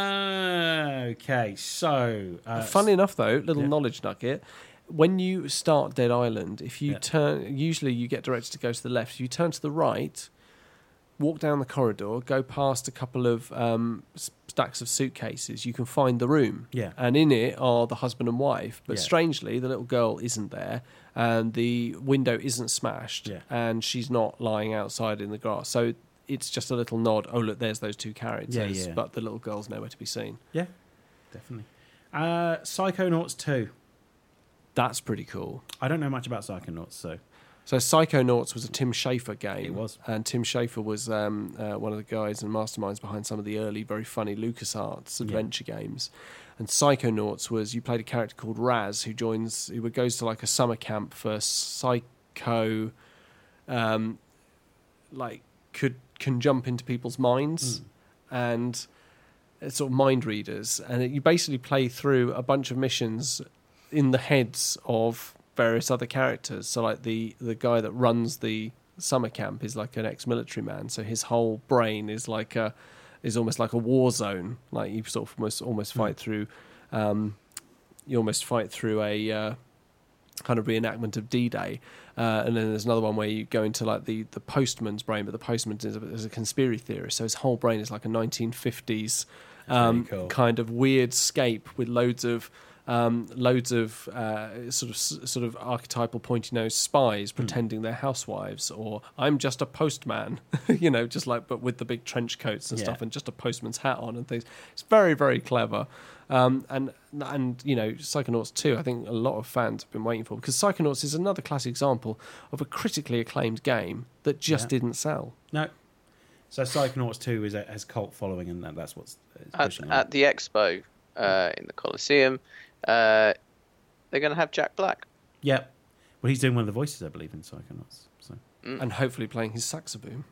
Uh, okay, so uh, Funny enough, though, little yeah. knowledge nugget. When you start Dead Island, if you Yeah. turn, usually you get directed to go to the left. If you turn to the right, walk down the corridor, go past a couple of um, s- stacks of suitcases, you can find the room. Yeah. And in it are the husband and wife. But Yeah. strangely, the little girl isn't there and the window isn't smashed Yeah. and she's not lying outside in the grass. So it's just a little nod. Oh, look, there's those two characters. yeah. But the little girl's nowhere to be seen. Yeah, definitely. Uh, Psychonauts 2. That's pretty cool. I don't know much about Psychonauts, so So Psychonauts was a Tim Schafer game. It was. And Tim Schafer was um, uh, one of the guys and masterminds behind some of the early, very funny LucasArts adventure games. And Psychonauts was you played a character called Raz who joins, who goes to like a summer camp for psycho, um, like could can jump into people's minds Hmm. and it's sort of mind readers. And it, you basically play through a bunch of missions in the heads of various other characters. So like the the guy that runs the summer camp is like an ex-military man, so his whole brain is like a is almost like a war zone. Like you sort of almost almost fight through, um, you almost fight through a. Uh, kind of reenactment of D-Day, uh, and then there's another one where you go into like the, the postman's brain, but the postman is a, is a conspiracy theorist, so his whole brain is like a 1950s um, Very cool. kind of weird scape with loads of um, loads of uh, sort of sort of archetypal pointy nosed Hmm. spies pretending they're housewives, or I'm just a postman, you know, just like but with the big trench coats and Yeah. stuff, and just a postman's hat on and things. It's very very clever, um, and and you know Psychonauts two. I think a lot of fans have been waiting for because Psychonauts is another classic example of a critically acclaimed game that just Yeah. didn't sell. no. So Psychonauts 2 is a, has cult following, and that, that's what's it's at, pushing Hmm. on. at the expo uh, in the Coliseum, uh, they're going to have Jack Black. Yep. Well, he's doing one of the voices, I believe, in Psychonauts. So. And hopefully playing his saxophone.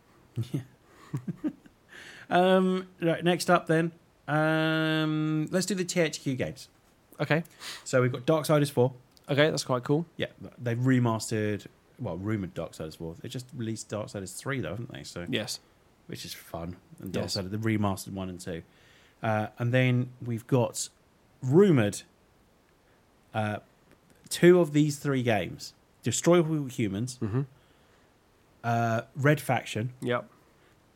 Um, right, next up then, um, let's do the THQ games. Okay, So we've got Darksiders 4. okay, that's quite cool. Yeah, they've remastered, well, rumored Darksiders 4. They just released Darksiders 3, though, haven't they? So, Yes. Which is fun. And Yes. Darksiders, the remastered 1 and 2. Uh, and then we've got rumored uh, two of these three games Destroy All Humans, Mm-hmm. uh, Red Faction, Yep.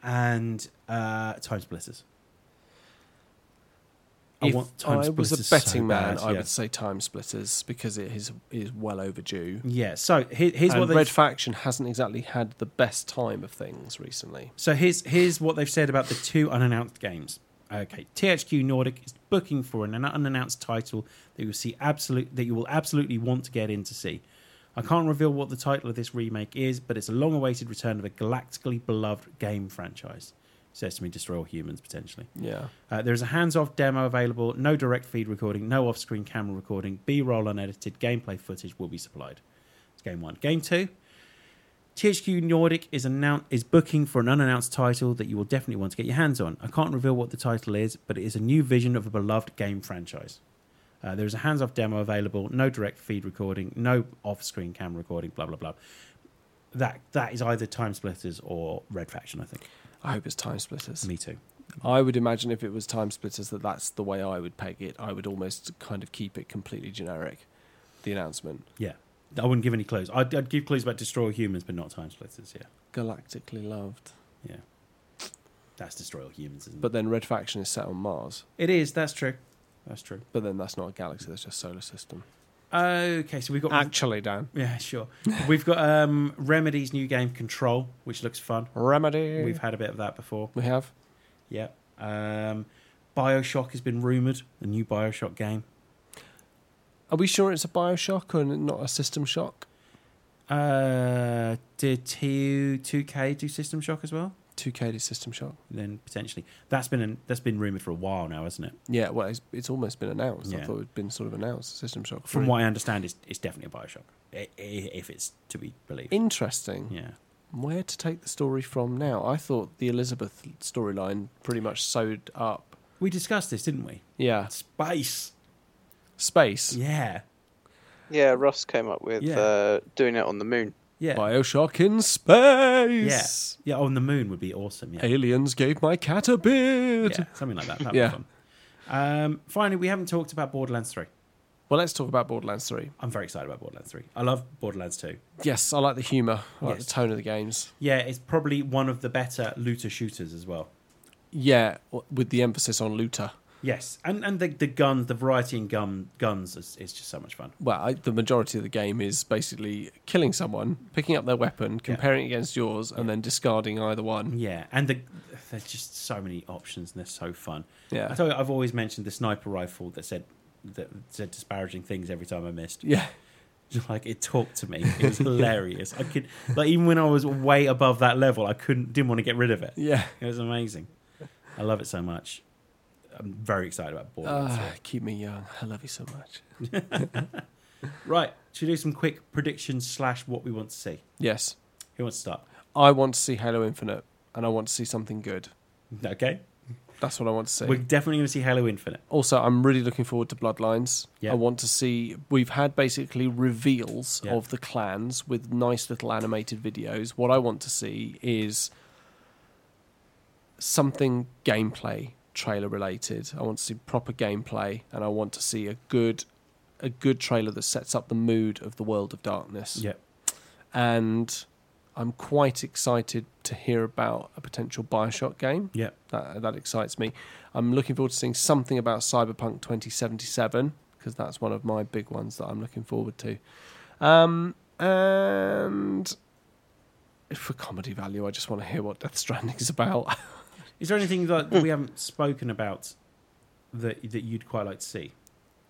and uh, Time Splitters. I if want Time I was a Splitters so betting man, bad, I yeah. would say Time Splitters because it is is well overdue. Yeah. So here, here's what and they've, Red Faction hasn't exactly had the best time of things recently. so here's here's what they've said about the two unannounced games. Okay, THQ Nordic is booking for an unannounced title that you will see absolute that you will absolutely want to get in to see. I can't reveal what the title of this remake is, but it's a long-awaited return of a galactically beloved game franchise. Says to me, destroy all humans potentially. Yeah. Uh, there is a hands-off demo available, no direct feed recording, no off-screen camera recording, B-roll unedited, gameplay footage will be supplied. It's game one. Game two. THQ Nordic is annou- is booking for an unannounced title that you will definitely want to get your hands on. I can't reveal what the title is, but it is a new vision of a beloved game franchise. Uh, there is a hands-off demo available, no direct feed recording, no off-screen camera recording, blah blah blah. That that is either Time Splitters or Red Faction, I think. I hope it's Time Splitters. Me too. I would imagine if it was Time Splitters that that's the way I would peg it. I would almost kind of keep it completely generic, the announcement. Yeah. I wouldn't give any clues. I'd, I'd give clues about destroy all humans, but not time splitters. Yeah. Galactically loved. Yeah. That's destroy all humans, isn't But then Red Faction is set on Mars, it? It is. That's true. That's true. but then that's not a galaxy, that's just solar system. Okay. So we've got. Actually, Dan. yeah, sure. We've got um, Remedy's new game, Control, which looks fun. Remedy. We've had a bit of that before. we have. Yeah. Um, Bioshock has been rumoured, a new Bioshock game. Are we sure it's a Bioshock or not a System Shock? Uh, did TU 2K do System Shock as well? 2K to System Shock. Then potentially. That's been an, that's been rumoured for a while now, hasn't it? Yeah, well, it's, it's almost been announced. I Yeah. thought it'd been sort of announced. System Shock. From three. what I understand, it's, it's definitely a Bioshock, i- i- if it's to be believed. Interesting. Yeah. Where to take the story from now? I thought the Elizabeth storyline pretty much sewed up. We discussed this, didn't we? Yeah, Space. space. Yeah. Yeah, Ross came up with Yeah. uh, doing it on the moon. Yeah. Bioshock in space. Yeah, on the moon would be awesome. Yeah. Aliens gave my cat a beard. Yeah, something like that. That'd Yeah. be fun. Um, finally, we haven't talked about Borderlands 3. Well, let's talk about Borderlands 3. I'm very excited about Borderlands 3. I love Borderlands 2. Yes, I like the humour. I like Yes. the tone of the games. Yeah, it's probably one of the better looter shooters as well. Yeah, w- with the emphasis on looter. Yes, and and the the guns, the variety in gun guns is, is just so much fun. Well, I, the majority of the game is basically killing someone, picking up their weapon, comparing it against yours, and then discarding either one. Yeah, and the, there's just so many options and they're so fun. Mm-hmm. I Yeah. thought I've always mentioned the sniper rifle that said that said disparaging things every time I missed. Yeah. Like it talked to me. It was hilarious. I could like even when I was way above that level, I couldn't didn't want to get rid of it. Yeah. It was amazing. I love it so much. I'm very excited about Borderlands. Ah, keep me young. I love you so much. Right, should we do some quick predictions slash what we want to see? Yes. Who wants to start? I want to see Halo Infinite, and I want to see something good. Okay, That's what I want to see. we're definitely going to see Halo Infinite. also, I'm really looking forward to Bloodlines. Yeah. I want to see. We've had basically reveals Yeah. of the clans with nice little animated videos. What I want to see is something gameplay trailer related. I want to see proper gameplay, and I want to see a good, a good trailer that sets up the mood of the world of darkness. Yeah, and I'm quite excited to hear about a potential Bioshock game. yeah, That, that excites me. I'm looking forward to seeing something about Cyberpunk 2077 because that's one of my big ones that I'm looking forward to. Um, and for comedy value, I just want to hear what Death Stranding is about. Is there anything that we haven't spoken about that that you'd quite like to see?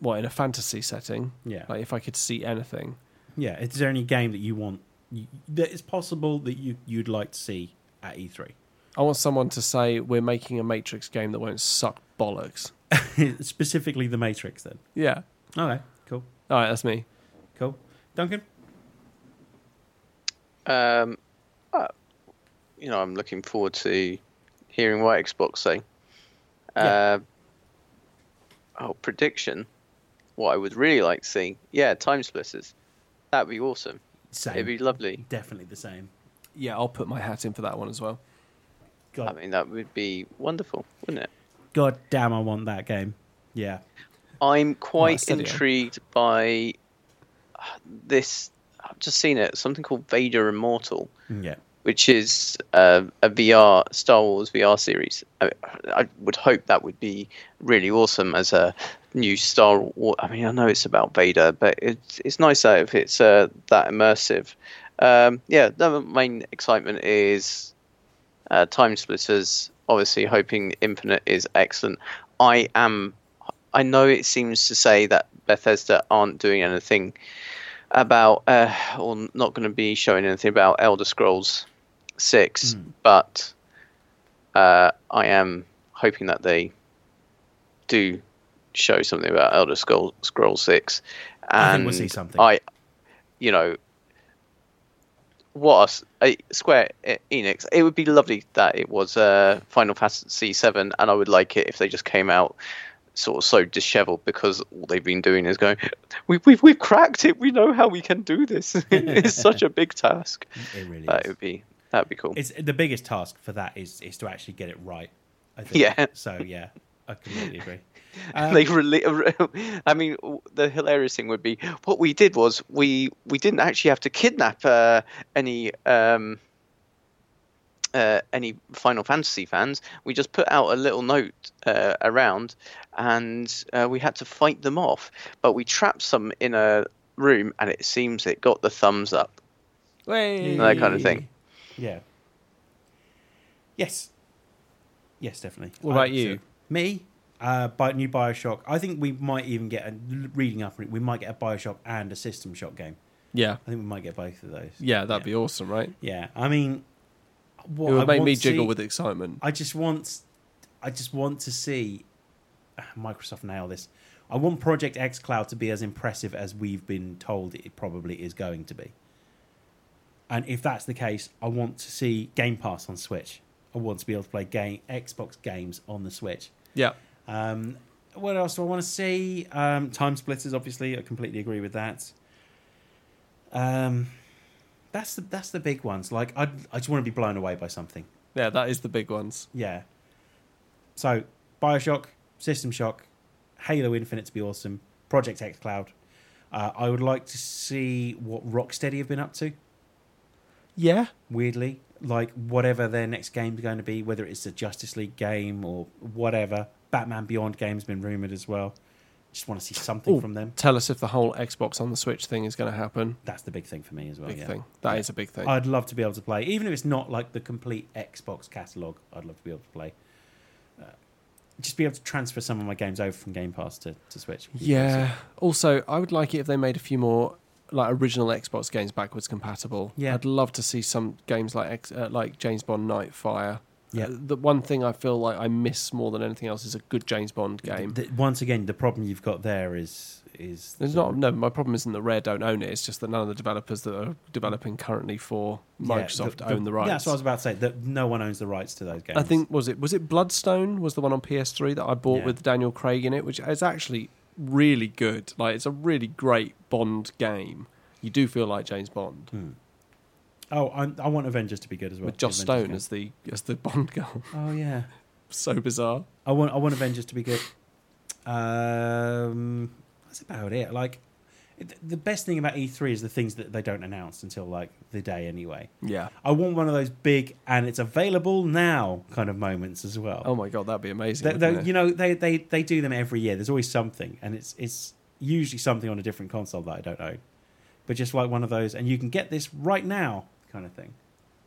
what in a fantasy setting? Yeah, Like if I could see anything. yeah. Is there any game that you want you, that it's possible that you you'd like to see at E E3? I want someone to say we're making a Matrix game that won't suck bollocks. Specifically, The Matrix. Then. Yeah. Okay. Cool. All right, that's me. Cool. Duncan. Um, uh, you know, I'm looking forward to hearing what Xbox say. Uh, oh, prediction. What I would really like to see, yeah, time splitters. That'd be awesome. Same. It'd be lovely. Definitely the same. Yeah, I'll put my hat in for that one as well. God, I mean, that would be wonderful, wouldn't it? God damn, I want that game. Yeah. I'm quite said it. intrigued by uh, this. I've just seen it. Something called Vader Immortal. Mm, Yeah. which is uh, a VR Star Wars VR series. I, I would hope that would be really awesome as a new Star Wars. I mean, I know it's about Vader, but it's it's nice though if it's uh, that immersive. Um, yeah, the main excitement is uh, Time Splitters. Obviously, hoping Infinite is excellent. I am. I know it seems to say that Bethesda aren't doing anything about uh, or not going to be showing anything about Elder Scrolls Six, Hmm. but uh, I am hoping that they do show something about Elder Scroll Scrolls Six. And I think we'll see something. I, you know, what a s- a, Square E- Enix. It would be lovely that it was uh, Final Fantasy Seven, and I would like it if they just came out sort of so dishevelled because all they've been doing is going, we, we've we've cracked it. We know how we can do this. it's such a big task. It really That is. would be that'd be cool. It's the biggest task for that is is to actually get it right. I think. Yeah. So yeah, I completely agree. Um, they really, I mean, the hilarious thing would be what we did was we we didn't actually have to kidnap uh, any um, uh, any Final Fantasy fans. We just put out a little note uh, around, and uh, we had to fight them off. But we trapped some in a room, and it seems it got the thumbs up. Way. That kind of thing. Yeah. Yes. Yes, definitely. What about I- you? Me? Uh, bi- new Bioshock. I think we might even get a reading up. on it, We might get a Bioshock and a System Shock game. Yeah, I think we might get both of those. yeah, that'd be awesome, right? Yeah. I mean, what it would I make want me to see- jiggle with excitement. I just want, I just want to see ah, Microsoft nail this. I want Project X Cloud to be as impressive as we've been told it probably is going to be. And if that's the case, I want to see Game Pass on Switch. I want to be able to play game Xbox games on the Switch. Yeah, Um, what else do I want to see? Um, time splitters, obviously. I completely agree with that. Um, that's the that's the big ones. Like I I just want to be blown away by something. yeah, that is the big ones. Yeah. So, Bioshock, System Shock, Halo Infinite to be awesome, Project X Cloud. Uh, I would like to see what Rocksteady have been up to. Yeah. Weirdly, like whatever their next game's going to be, whether it's a Justice League game or whatever. Batman Beyond game's been rumored as well. Just want to see something Ooh. from them. Tell us if the whole Xbox on the Switch thing is going to happen. That's the big thing for me as well. Big Oh, yeah. thing. That is Yeah. a big thing. I'd love to be able to play, even if it's not like the complete Xbox catalog. I'd love to be able to play. Uh, just be able to transfer some of my games over from Game Pass to, to Switch. would be awesome. yeah. Also, I would like it if they made a few more like original Xbox games backwards compatible. Yeah. I'd love to see some games like X, uh, like James Bond Nightfire. Yeah. Uh, The one thing I feel like I miss more than anything else is a good James Bond game. Th- once again, the problem you've got there is is There's the- not no. My problem isn't that Rare don't own it. It's just that none of the developers that are developing currently for yeah, Microsoft own the rights. Yeah, that's what I was about to say. That no one owns the rights to those games. I think was it was it Bloodstone was the one on PS3 that I bought Yeah. with Daniel Craig in it, which is actually really good. Like it's a really great Bond game. You do feel like James Bond Hmm. Oh, I, I want Avengers to be good as well. with Joss The Avengers Stone as the as the Bond girl. game. Oh yeah, so bizarre. I want I want Avengers to be good. Um, that's about it. Like th- the best thing about E3 is the things that they don't announce until like the day anyway. Yeah. I want one of those big and it's available now kind of moments as well. Oh my god, that'd be amazing. They- wouldn't they- it? you know they, they they do them every year. There's always something, and it's it's usually something on a different console that I don't own, but just like one of those, and you can get this right now kind of thing.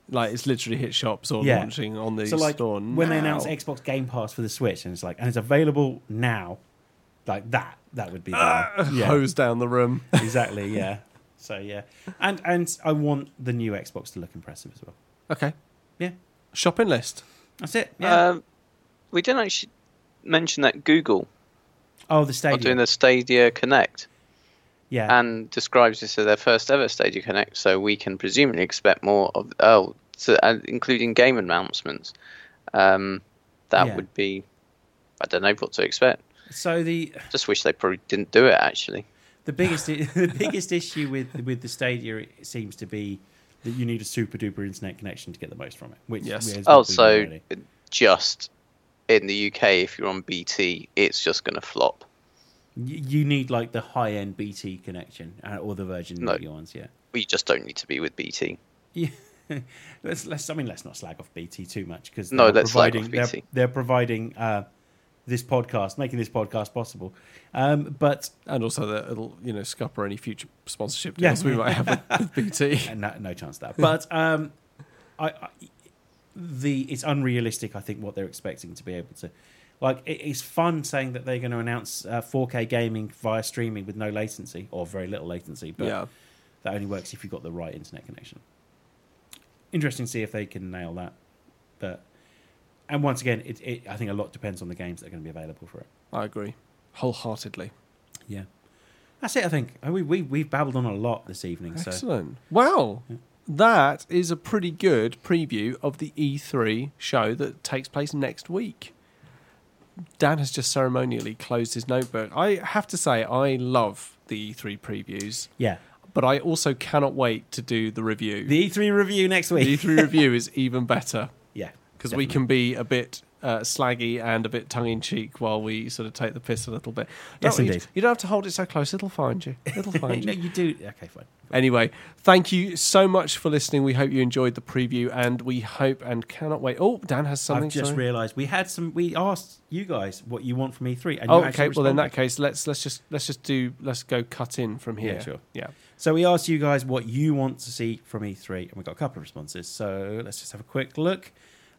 like it's literally hit shops or Yeah. launching on the so like store when they announce now. Xbox Game Pass for the Switch, and it's like and it's available now, like that that would be the Ah, yeah hose down the room. exactly yeah. So yeah, and and I want the new Xbox to look impressive as well. Okay. Yeah. Shopping list. That's it. Yeah. Um, we didn't actually mention that Google oh, the are doing stadium. the Stadia Connect yeah. and describes this as their first ever Stadia Connect, so we can presumably expect more of oh, so, and including game announcements. Um, that Yeah. would be, I don't know what to expect. so the Just wish they probably didn't do it actually. The biggest the biggest issue with with the Stadia it seems to be that you need a super duper internet connection to get the most from it. Which Yes. is what Oh, we've so already- just in the UK, if you're on BT, it's just going to flop. you you need like the high end BT connection uh, or the Virgin No. Media ones. Yeah, We just don't need to be with BT. yeah. let's let's I mean let's not slag off BT too much because No, let's slag off They're, BT. they're providing uh, this podcast, making this podcast possible. Um, but And also that it'll, you know, scupper any future sponsorship Yeah. deals we might have with, with BT. uh, no, no chance of that. But um, I, I, the it's unrealistic. I think what they're expecting to be able to, like, it, it's fun saying that they're going to announce uh, 4K gaming via streaming with no latency or very little latency, but yeah. that only works if you've got the right internet connection. Interesting to see if they can nail that, but. And once again, it, it, I think a lot depends on the games that are going to be available for it. I agree wholeheartedly. Yeah, that's it. I think Uh, we we we've babbled on a lot this evening. So Excellent. Well, that is a pretty good preview of the E3 show that takes place next week. Dan has just ceremonially closed his notebook. I have to say, I love the E3 previews, yeah, but I also cannot wait to do the review. the E E3 review next week. The E3 review is even better yeah, because we can be a bit uh, slaggy and a bit tongue in cheek while we sort of take the piss a little bit. Yes, Don't- indeed. You don't have to hold it so close; it'll find you. It'll find no, you. you do. Okay, fine. Anyway, thank you so much for listening. We hope you enjoyed the preview, and we hope and cannot wait. Oh, Dan has something. I've just sorry. realised we had some. We asked you guys what you want from E3, and you oh, actually okay. Well, in that responded. case, let's let's just let's just do let's go cut in from here. Yeah, sure. Yeah. So we asked you guys what you want to see from E3, and we got a couple of responses. So let's just have a quick look.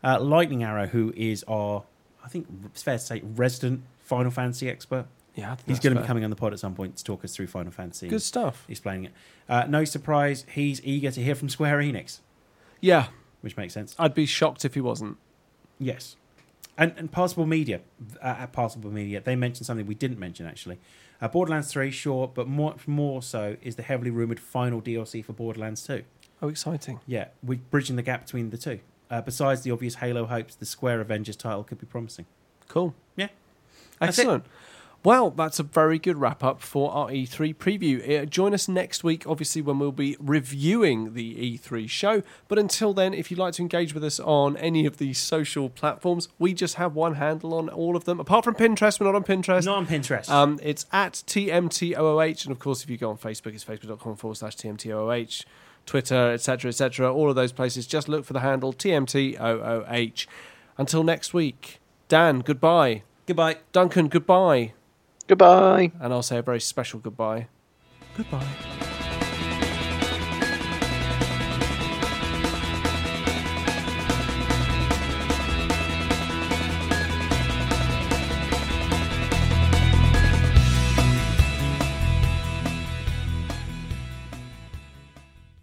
Uh, Lightning Arrow, who is our, I think it's fair to say, resident Final Fantasy expert. Yeah. I think He's that's going to be fair. coming on the pod at some point to talk us through Final Fantasy, good stuff. explaining it. Uh, no surprise, he's eager to hear from Square Enix, Yeah, which makes sense. I'd be shocked if he wasn't. Yes. And, and Passable Media, uh, at Passable Media, they mentioned something we didn't mention actually. Uh, Borderlands 3, sure, but much more so is the heavily rumored final DLC for Borderlands 2. Oh, exciting. Yeah, we're bridging the gap between the two. Uh, besides the obvious Halo hopes, the Square Avengers title could be promising. Cool. Yeah. That's it. Excellent. Well, that's a very good wrap up for our E3 preview. Uh, Join us next week, obviously, when we'll be reviewing the E3 show. But until then, if you'd like to engage with us on any of the social platforms, we just have one handle on all of them. Apart from Pinterest, we're not on Pinterest. Not on Pinterest. Um, it's at TMTOOH. And of course, if you go on Facebook, it's facebook.com forward slash TMTOOH. Twitter, etc., etc., all of those places. Just look for the handle TMTOOH. Until next week, Dan, goodbye. Goodbye. Duncan, goodbye. Goodbye. And I'll say a very special goodbye. Goodbye.